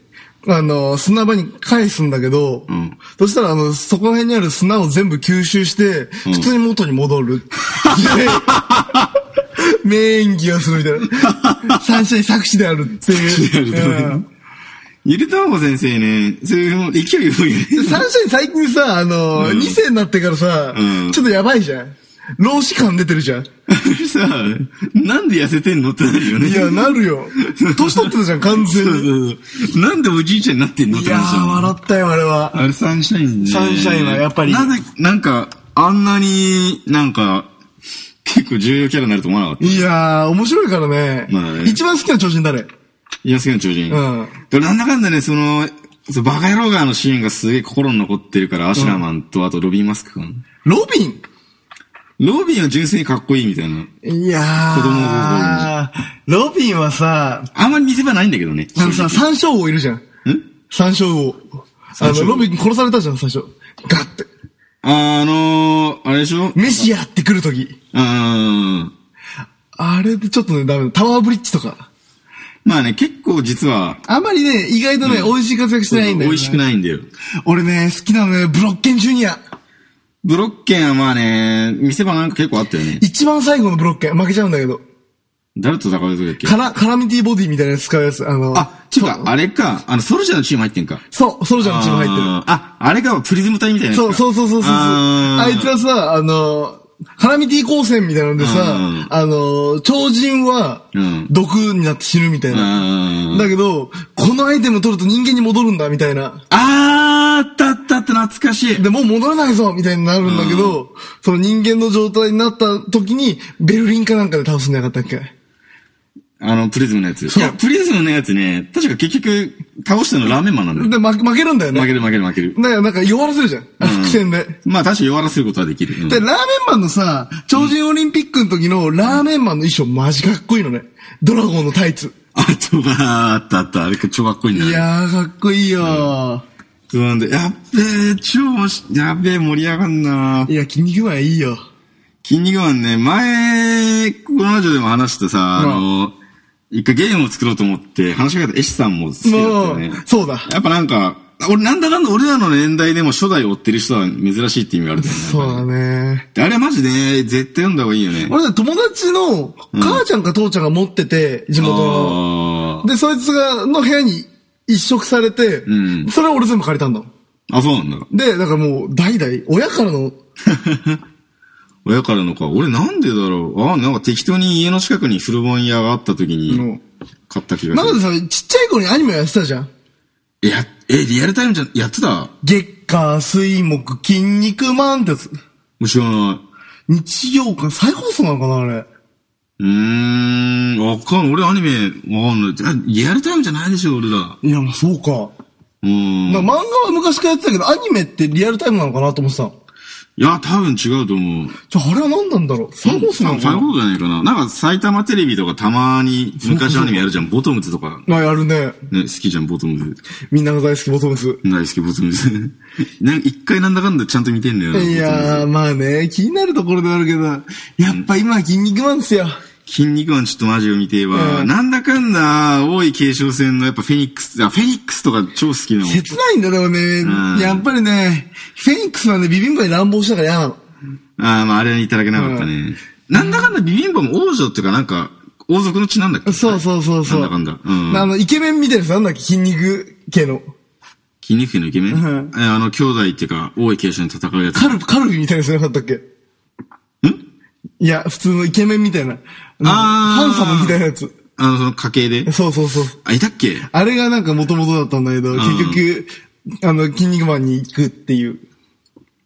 S2: あの、砂場に返すんだけど、
S1: ん
S2: そしたら、あの、そこら辺にある砂を全部吸収して、普通に元に戻る。 で、名演技をするみたいな。サンシャイン作詞であるって
S1: 作詞である
S2: い
S1: と
S2: う。うん
S1: ゆでたまご先生ね、そういう 勢い多いよね。
S2: サンシャイン最近さ、あの、
S1: うん
S2: 2世になってからさ、
S1: うん
S2: ちょっとやばいじゃん。老子感出てるじゃん。
S1: さあ、なんで痩せてんのってなるよね。
S2: いや、なるよ。年取ってたじゃん、完
S1: そう
S2: 全
S1: そう
S2: に。
S1: そう。なんでおじいちゃんになってんのっ
S2: い
S1: て
S2: や
S1: 話だ
S2: ー、
S1: もん
S2: 笑ったよ、あれは。
S1: あれサンシャインね。
S2: サンシャインはやっぱり
S1: なぜ、なんか、あんなに、なんか、結構重要キャラになると思わなかった。
S2: いやー、面白いからね。
S1: まあね
S2: 一番好きな超人誰
S1: 安家の超人。
S2: うん
S1: でなんだかんだね、その、そのバカ野郎側のシーンがすげえ心に残ってるから、アシュラマンとあとロビン・マスク君。
S2: ロビン
S1: ロビンは純粋にかっこいいみたいな。
S2: いやー。
S1: 子供の
S2: ロビンはさ、
S1: あんまり見せ場ないんだけどね。
S2: あのさ、三章王いるじゃん。
S1: ん
S2: 三章王。あ
S1: 三
S2: の、
S1: 将王
S2: ロビン殺されたじゃん、最初。ガッて。
S1: あのー、あれでしょ
S2: メシアって来るとき。
S1: うん。
S2: あれでちょっとね、ダメだ。タワーブリッジとか。
S1: まあね、結構実は、
S2: あんまりね、意外とね、美味しい活躍してないんだ
S1: 美
S2: よ、ね。
S1: 味しく
S2: い。
S1: ないんだよ。
S2: 俺ね、好きなのね、ブロッケンジュニア。
S1: ブロッケンはまあね、見せ場なんか結構あったよね。
S2: 一番最後のブロッケン。負けちゃうんだけど。
S1: 誰と戦うとだっけ
S2: カラ、カラミティボディみたいなやつ使うやつ、あの、
S1: あ、ちゅうか、あれか、あの、ソルジャーのチーム入ってんか。
S2: そう、ソルジャーのチーム入っ
S1: あーあ、あれか、プリズム体みたい
S2: て
S1: な
S2: る。
S1: やつ
S2: そう、
S1: か。
S2: そうそうそうそうそう。
S1: あ
S2: あ
S1: ー
S2: いつはさ、あの、カラミティ光線みたいなので
S1: うん
S2: さ、あの、超人は
S1: うん、
S2: 毒になって死ぬみたいな。
S1: あー
S2: だけど、このアイテム取ると人間に戻るんだ、みたいな。
S1: あー、あったあったあった、懐かしい。
S2: で、もう戻れないぞみたいになるんだけど、その人間の状態になった時に、ベルリンかなんかで倒すんじゃなかったっけ
S1: あの、プリズムのやつ。
S2: そ
S1: いうや、プリズムのやつね、確か結局、倒したのラーメンマンなんだよ。
S2: で、負け負けるんだよね。
S1: 負ける負ける負ける。
S2: だからなんか弱らせるじゃん。あ伏線で。
S1: まあ確かに弱らせることはできる。うん
S2: で、ラーメンマンのさ、超人オリンピックの時のラーメンマンの衣装マジかっこいいのね。ドラゴンのタイツ。
S1: あとは、あったあった、あれ超かっこいいんだ
S2: い
S1: よ。
S2: やー、かっこいいよー。
S1: そうなんで、やっべえ、超面白い、やっべえ、盛り上がんない
S2: や、筋肉マンいいよ。
S1: 筋肉マンね、前、このラジオでも話してさ、あの、一回ゲームを作ろうと思って、話し方、絵師さんも好きだった
S2: も
S1: よ
S2: う
S1: ね。、
S2: そうだ。
S1: やっぱなんか、俺なんだかんだ俺らの年代でも初代を追ってる人は珍しいって意味があるんだよね。
S2: そうだね。
S1: あれはマジで、絶対読んだ方がいいよね。
S2: 俺ね、友達の母ちゃんか父ちゃんが持ってて、地元の。
S1: あー
S2: で、そいつが、の部屋に一色されて、
S1: うん
S2: それを俺全部借りたんだ。
S1: あ、そうなんだ。
S2: で、だからもう、代々、親からの、
S1: 親からのか。俺なんでだろう。あなんか適当に家の近くに古本屋があった時
S2: う
S1: に
S2: ん、
S1: 買った気が
S2: な
S1: す
S2: ん
S1: る
S2: で。さ、ちっちゃい頃にアニメやってたじゃん。
S1: えや、え、リアルタイムじゃん、やってた
S2: 月火水木筋肉マンってやつ。
S1: もう知らない。
S2: 日曜か、再放送なのかなあれ。
S1: うーん、わかんない。俺アニメ、わかんないあ。リアルタイムじゃないでしょ、俺ら。
S2: いや、まあそうか。
S1: うーん。
S2: まあ漫画は昔からやってたけど、アニメってリアルタイムなのかなと思ってたの。
S1: いや、多分違うと思う。
S2: じゃあ、あれは何なんだろう再放送なの
S1: 多
S2: か
S1: 分そういうことじゃないかな。なんか埼玉テレビとかたまに昔アニメやるじゃん。ボトムズとか。
S2: なあ、やるね。
S1: ね、好きじゃん、ボトムズ。
S2: みんなが大好きボトムズ。
S1: 大好き、ボトムズ。 なんか一回なんだかんだちゃんと見てんだよな。
S2: い
S1: ボトム
S2: やー、まあね、気になるところではあるけど、やっぱ今は筋肉マンですよ。
S1: ズ筋肉マンちょっとマジを見てえば、
S2: うん
S1: なんだかんだ、多い継承戦のやっぱフェニックス、あ、フェニックスとか超好きなの。
S2: 切ないんだろう
S1: うん
S2: ね。やっぱりね、フェニックスはね、ビビンバに乱暴したから嫌なの。
S1: ああ、まあ、あれはいただけなかったね。なんだかんだビビンバも王女っていうか、なんか、王族の血なんだっけ
S2: そうそうそうそう。
S1: なんだかんだ。うん。
S2: あの、イケメンみたいなさ、なんだっけ、筋肉系の。
S1: 筋肉のイケメン、
S2: うん
S1: えあの、兄弟っていうか、王位継承に戦うやつ。
S2: カル、カルビみたいなやつなかったっけんいや、普通のイケメンみたいな。
S1: あー
S2: ハンサムみたいなやつ。
S1: あの、その家系で。
S2: そうそうそう。
S1: あ、いたっけ
S2: あれがなんか元々だったんだけど、結局、あの、筋肉マンに行くっていう。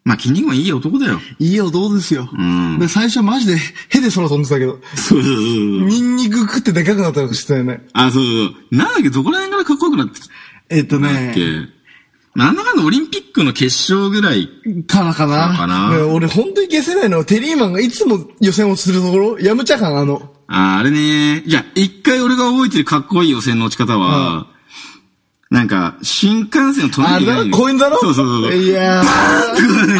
S1: まあ、筋肉マンいい男だよ。
S2: いい男ですよ。
S1: ん
S2: で、最初はマジで、ヘで空飛んでたけど、
S1: そうそうそう。
S2: ニンニク食ってでかくなったらしてたよね。
S1: あ、そうそう。なんだっけ、どこら辺からかっこよくなってき
S2: えっと
S1: たっけ、
S2: ね、
S1: なんだかんだオリンピックの決勝ぐらい。
S2: からかな。
S1: そうかな
S2: で俺本当に消せないのは、テリーマンがいつも予選落ちするところ、やむちゃ感あの、
S1: あ、あれね。いや、一回俺が覚えてるかっこいい予選の落ち方は、なんか、新幹線の
S2: あ
S1: 隣
S2: れ
S1: に
S2: だろコインだろ
S1: そうそうそう。
S2: い やー。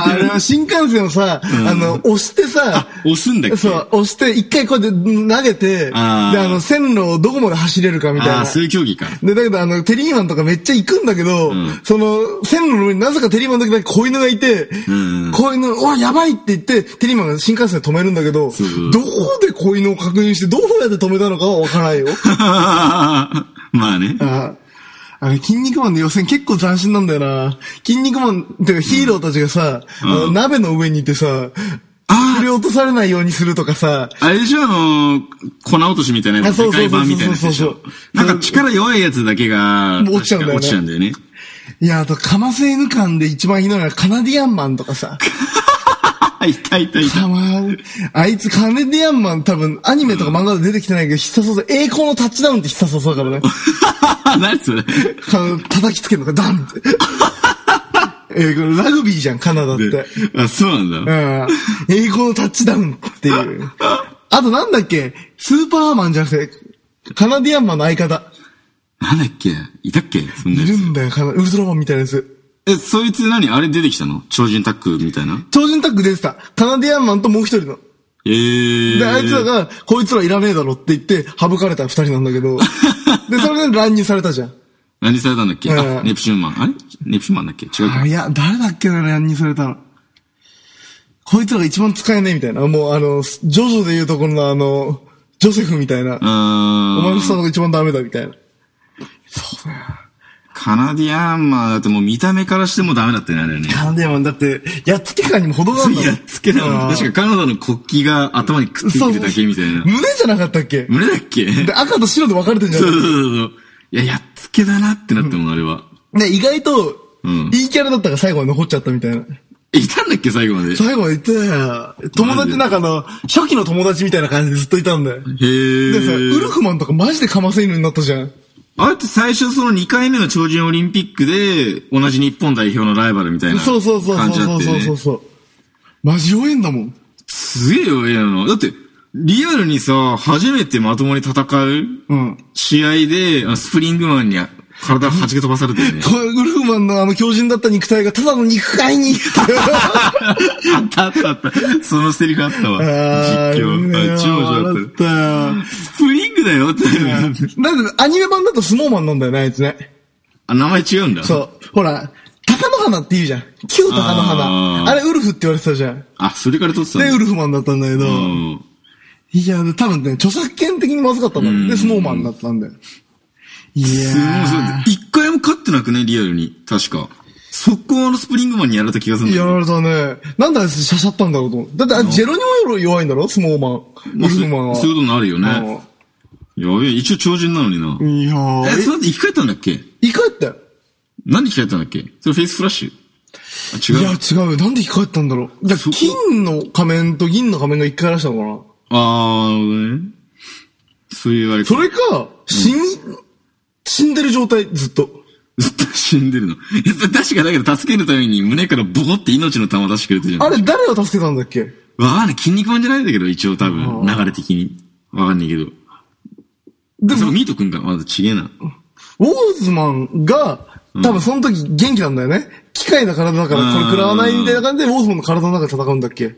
S2: あれは新幹線をさ、あの、押してさ、
S1: 押すんだっけ
S2: そう、押して、一回こうやって投げて、で、
S1: あー
S2: あの、線路をどこまで走れるかみたい
S1: ああー、
S2: な。
S1: そういう競技か。
S2: で、だけど、あの、テリーマンとかめっちゃ行くんだけど、
S1: ん
S2: その、線路の上になぜかテリーマンだけだけ子犬がいて、
S1: うん
S2: 子犬、おいやばいって言って、テリーマンが新幹線で止めるんだけど、
S1: そうそう
S2: どこで子犬を確認して、どうやって止めたのかはわからないよ。
S1: まあね。
S2: ああの、筋肉マンの予選結構斬新なんだよな。筋肉マン、てかヒーローたちがさ、あの鍋の上にいてさ、振り落とされないようにするとかさ、
S1: あれでしょあの粉落としみたいなや
S2: あ
S1: つ。
S2: そう
S1: 世
S2: そうそう
S1: 界版みたいなやつでし
S2: そ
S1: ょ
S2: うそうそ
S1: な
S2: うん
S1: か力弱いやつだけが、
S2: もう落ちちゃうんだよね
S1: 確か落ちちゃうんだよね。
S2: いや、あと、カマセ犬館で一番ひどいのはカナディアンマンとかさ、
S1: あ、いたいたい た。
S2: たまーあいつカナディアンマン多分アニメとか漫画で出てきてないけど、必殺技、栄光のタッチダウンって必殺技だからね。
S1: 何それ。
S2: あの叩きつけるのがダンって。えー、これラグビーじゃん、カナダって。
S1: あ、そうなん
S2: う
S1: だ。
S2: ん。英語のタッチダウンっていう。あとなんだっけスーパーマンじゃなくて、カナディアンマンの相方。
S1: なんだっけいたっけそんないや
S2: る
S1: つ。
S2: んだよ、カナウルトラマンみたいなやつ。
S1: え、そいつ何あれ出てきたの超人タックみたいな。
S2: 超人タッグ出てた。カナディアンマンともう一人の。
S1: えー。
S2: で、あいつらが、こいつらいらねえだろって言って、省かれた二人なんだけど。で、それで乱入されたじゃん。
S1: 何されたんだっけ
S2: うん
S1: あ、ネプチューンマン。あれネプチューンマンだっけ違うか
S2: あ。いや、誰だっけな、乱入されたの。こいつらが一番使えねえみたいな。もう、あの、ジョジョで言うところのあの、ジョセフみたいな。お前のスター
S1: ん。
S2: トが一番ダメだみたいな。
S1: カナディアンマーだともう見た目からしてもダメだったね、あれはね。
S2: カンデマンだって、やっつけ感にも程があるんだもん
S1: やっつけた
S2: あー
S1: の。確かカナダの国旗が頭にくっついてるだけみたいな。
S2: 胸じゃなかったっけ
S1: 胸だっけ
S2: で、赤と白で分かれてんじゃ。
S1: そうそうんそうそう。いや、やっつけだなってなったもん、あれは。
S2: ね、意外と
S1: うん、
S2: いいキャラだったから最後まで残っちゃったみたいな。
S1: いたんだっけ、最後まで。へ
S2: 最後までいたよ。友達なんかあの、初期の友達みたいな感じでずっといたんだよ。でさ、ウル
S1: ー。
S2: フマンとかマジでかませ犬になったじゃん。
S1: あれって最初その2回目の超人オリンピックで、同じ日本代表のライバルみたいな
S2: そう
S1: 感じだ
S2: そうそう
S1: った
S2: そ
S1: よ
S2: うそうそう
S1: ね。
S2: そう。マジ弱えんだもん。
S1: すげえよ、ええな。だって、リアルにさ、初めてまともに戦う
S2: うん。
S1: 試合で、あのスプリングマンに体を弾け飛ばされてね。
S2: これウルフマンのあの強靭だった肉体がただの肉塊に。
S1: あったあったあった。そのセリフあったわ。
S2: あ
S1: 実況。あ超
S2: だ
S1: 面白かっ。
S2: った
S1: スプリングだよって。
S2: た。なんで、アニメ版だとスノーマンなんだよな、あいつね。
S1: あ、名前違うんだ。
S2: そう。ほら、高野花って言うじゃん。旧高野
S1: あ
S2: 花。
S1: ー
S2: あれ、ウルフって言われてたじゃん。
S1: あ、それから撮ってたん
S2: で、
S1: だ。
S2: ウルフマンだったんだけど。
S1: うん。
S2: いや、多分ね、著作権的にまずかったんだよ。で、スノーマンだったんだよ。い
S1: すごいそう
S2: や
S1: 一回も勝ってなくね、リアルに。確か。速攻のスプリングマンにやられた気がするん
S2: ー。
S1: だけ
S2: や
S1: ど
S2: られたね。なんであいつしゃしゃったんだろうと思う。だってあれ、ジェロニモより弱いんだろスノーマン。ウ
S1: まあ
S2: ル
S1: そう
S2: フマンは。
S1: そういうことになるよね。やべえ、一応超人なのにな
S2: う。んいやー。
S1: え、それって生き返ったんだっけ
S2: え生き返ったよ。
S1: 何で生き返ったんだっけそれフェイスフラッシュ
S2: い
S1: あ、違
S2: や、
S1: う。
S2: 違うよ。なんで生き返ったんだろう。だから
S1: そこ
S2: 金の仮面と銀の仮面が生き返らしたのかな
S1: あー、なるほどね。そういうあれか
S2: それか、死に、死んでる状態、ずっと。
S1: ずっと死んでるの。いや確かだけど助けるために胸からボコって命の玉出してくれてるじゃん。
S2: あれ、誰が助けたんだっけ
S1: わかんない。筋肉マンじゃないんだけど、一応多分、流れ的に。わかんないけど。
S2: で
S1: それ
S2: も、
S1: ミートくんか。まだちげえな。
S2: ウォーズマンが、多分その時元気なんだよね。機械な体だから、これ食らわないみたいな感じで、ウォーズマンの体の中で戦うんだっけ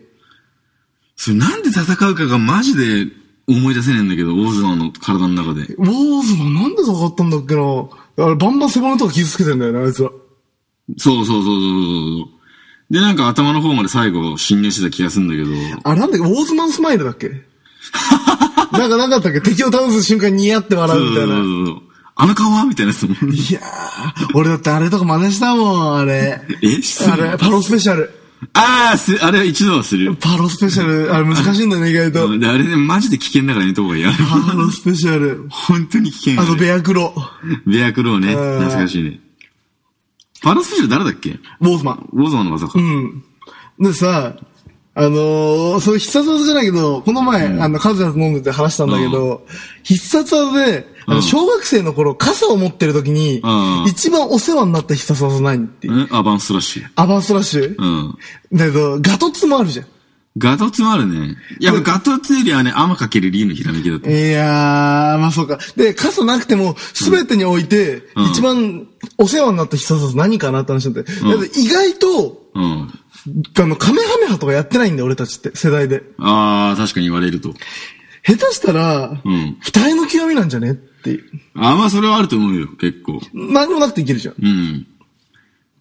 S1: それなんで戦うかがマジで思い出せねえんだけど、オーズマンの体の中で。
S2: ウォーズマンなんで戦ったんだっけなあれ、バンバン背骨とか傷つけてんだよね、あいつら。
S1: そうそうそうそうそうそう。で、なんか頭の方まで最後侵入してた気がするんだけど。
S2: あ、なんだっけ、ウォーズマンスマイルだっけなんかなかったっけ敵を倒す瞬間にやって笑
S1: そう
S2: うみ
S1: そう
S2: たいな。
S1: そうそう。あの顔はみたいなやつも。
S2: いやー、俺だってあれとか真似したもん、あれ。
S1: え失礼
S2: あれ、パロスペシャル。
S1: ああ、す、あれは一度はする。
S2: パロスペシャル、あれ難しいんだね、意外と。
S1: であれね、マジで危険だからね、とこがやる。
S2: パロスペシャル。
S1: 本当に危険。
S2: あと、ベ
S1: ア。
S2: アクロ。
S1: ベアクローね。
S2: うん
S1: 懐かしいね。パラスペシャル誰だっけ
S2: ウォーズマン。
S1: ウォーズマンの技か。
S2: うん。でさ、あのー、そう必殺技じゃないけど、この前、あの、カズヤと飲んでて話したんだけど、必殺技で、あ
S1: う
S2: の、
S1: ん
S2: 小学生の頃、傘を持ってる時に
S1: う、ん
S2: 一番お世話になった必殺技何っていう。
S1: うん、アバンストラッシュ。
S2: アバンストラッシュ
S1: うん。
S2: だけど、ガトツもあるじゃん。
S1: ガトツもあるね。いや、ガトツよりはね、アマかけるリーのひらめきだった。
S2: いやー、まあそうか。で、傘なくても、すべてにおいて、
S1: ん
S2: 一番お世話になった必殺技何かなって話になって。
S1: うん
S2: だって意外と、
S1: うん。
S2: あの、カメハメハとかやってないんだよ、俺たちって、世代で。
S1: ああ、確かに言われると。
S2: 下手したら、
S1: うん
S2: 二重の極みなんじゃねっていう。
S1: あーまあ、それはあると思うよ、結構。
S2: 何にもなくていけるじゃん。
S1: うん。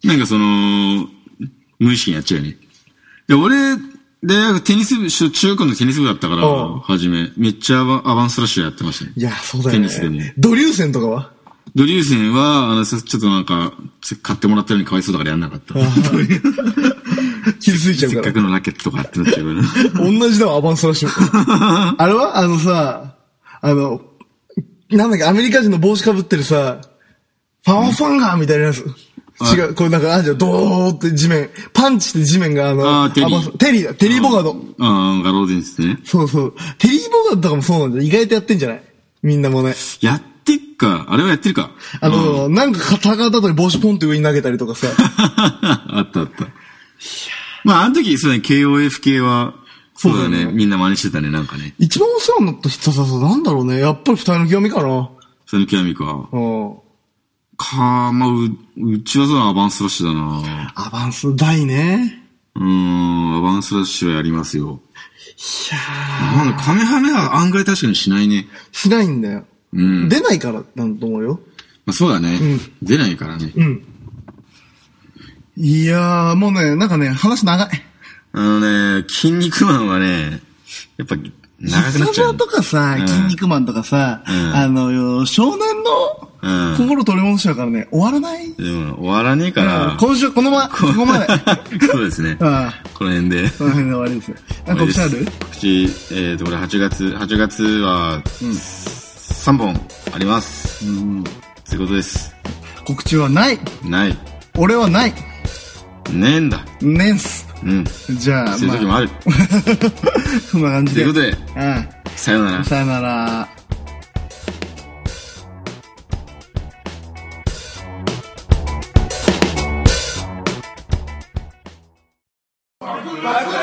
S1: なんかその、無意識にやっちゃうよね。で、俺、で、テニス部、し中学のテニス部だったから
S2: うん、
S1: はじめ、めっちゃアバンアバンストラッシュやってましたね。
S2: いや、そうだよ
S1: テニスで
S2: ね
S1: ね。
S2: ドリューセンとかは
S1: ドリューセンは、あの、さちょっとなんか、せ買ってもらったのにかわいそうだからやんなかった。
S2: 傷ついちゃ
S1: せ
S2: うか。
S1: っからくのラケットとかってなっちゃうから。
S2: 同じだわ、アバンストラッ シュ。あれはあのさ、あの、なんだっけ、アメリカ人の帽子かぶってるさ、ファンファンガーみたいなやつ。違う、これなんか、あんじゃん、ドーって地面、パンチして地面があの、
S1: あーテリー
S2: アバンステリーだ、テリーボガード。
S1: うん、画廊伝説ね。
S2: そうそう。テリーボガードとかもそうなんだよ。意外とやってんじゃないみんなもね。
S1: やってっか。あれはやってるか。
S2: あの、なんか肩がたとに帽子ポンって上に投げたりとか さ。
S1: あったあった。まあ、あの時、そうだね、KOF 系は、そうだね、みんな真似してたね、なんかね。
S2: 一番お世話になった人さ、なんだろうね。やっぱり二人の極みかな。
S1: その極みか。
S2: うん。
S1: か、まあ、う、うちはそうだなアバンスラッシュだな
S2: アバンス大ね。
S1: うーん、アバンスラッシュはやりますよ。いやなんだ、カメハメは案外確かにしないね。
S2: しないんだよ。
S1: うん。
S2: 出ないからなんだと思うよ。
S1: まあ、そうだね、出ないからね。
S2: うん。いやー、もうね、なんかね、話長い。
S1: あのね、筋肉マンはね、やっぱ、長くなっちゃう
S2: スタバとかさ、
S1: うん
S2: 筋肉マンとかさ、
S1: うん
S2: あのよ、少年の
S1: うん
S2: 心取り戻しちゃうからね、終わらない、
S1: でも、終わらねえから、
S2: 今週このま、ここまで。
S1: そうですね。
S2: あ
S1: この辺で。
S2: この辺で終わりですよ。なんか告知ある
S1: 告知、えっ、と、これ8月、8月は、3本あります。ってことです。
S2: 告知はない。
S1: ない。
S2: 俺はない。
S1: ねえんだ。
S2: ねんす。
S1: うん。
S2: じゃあ、
S1: そういう時もある。と、
S2: あ、そんな感じ
S1: い
S2: で。
S1: うことで、
S2: う
S1: さようなら
S2: ん。。さよなら。
S6: 爆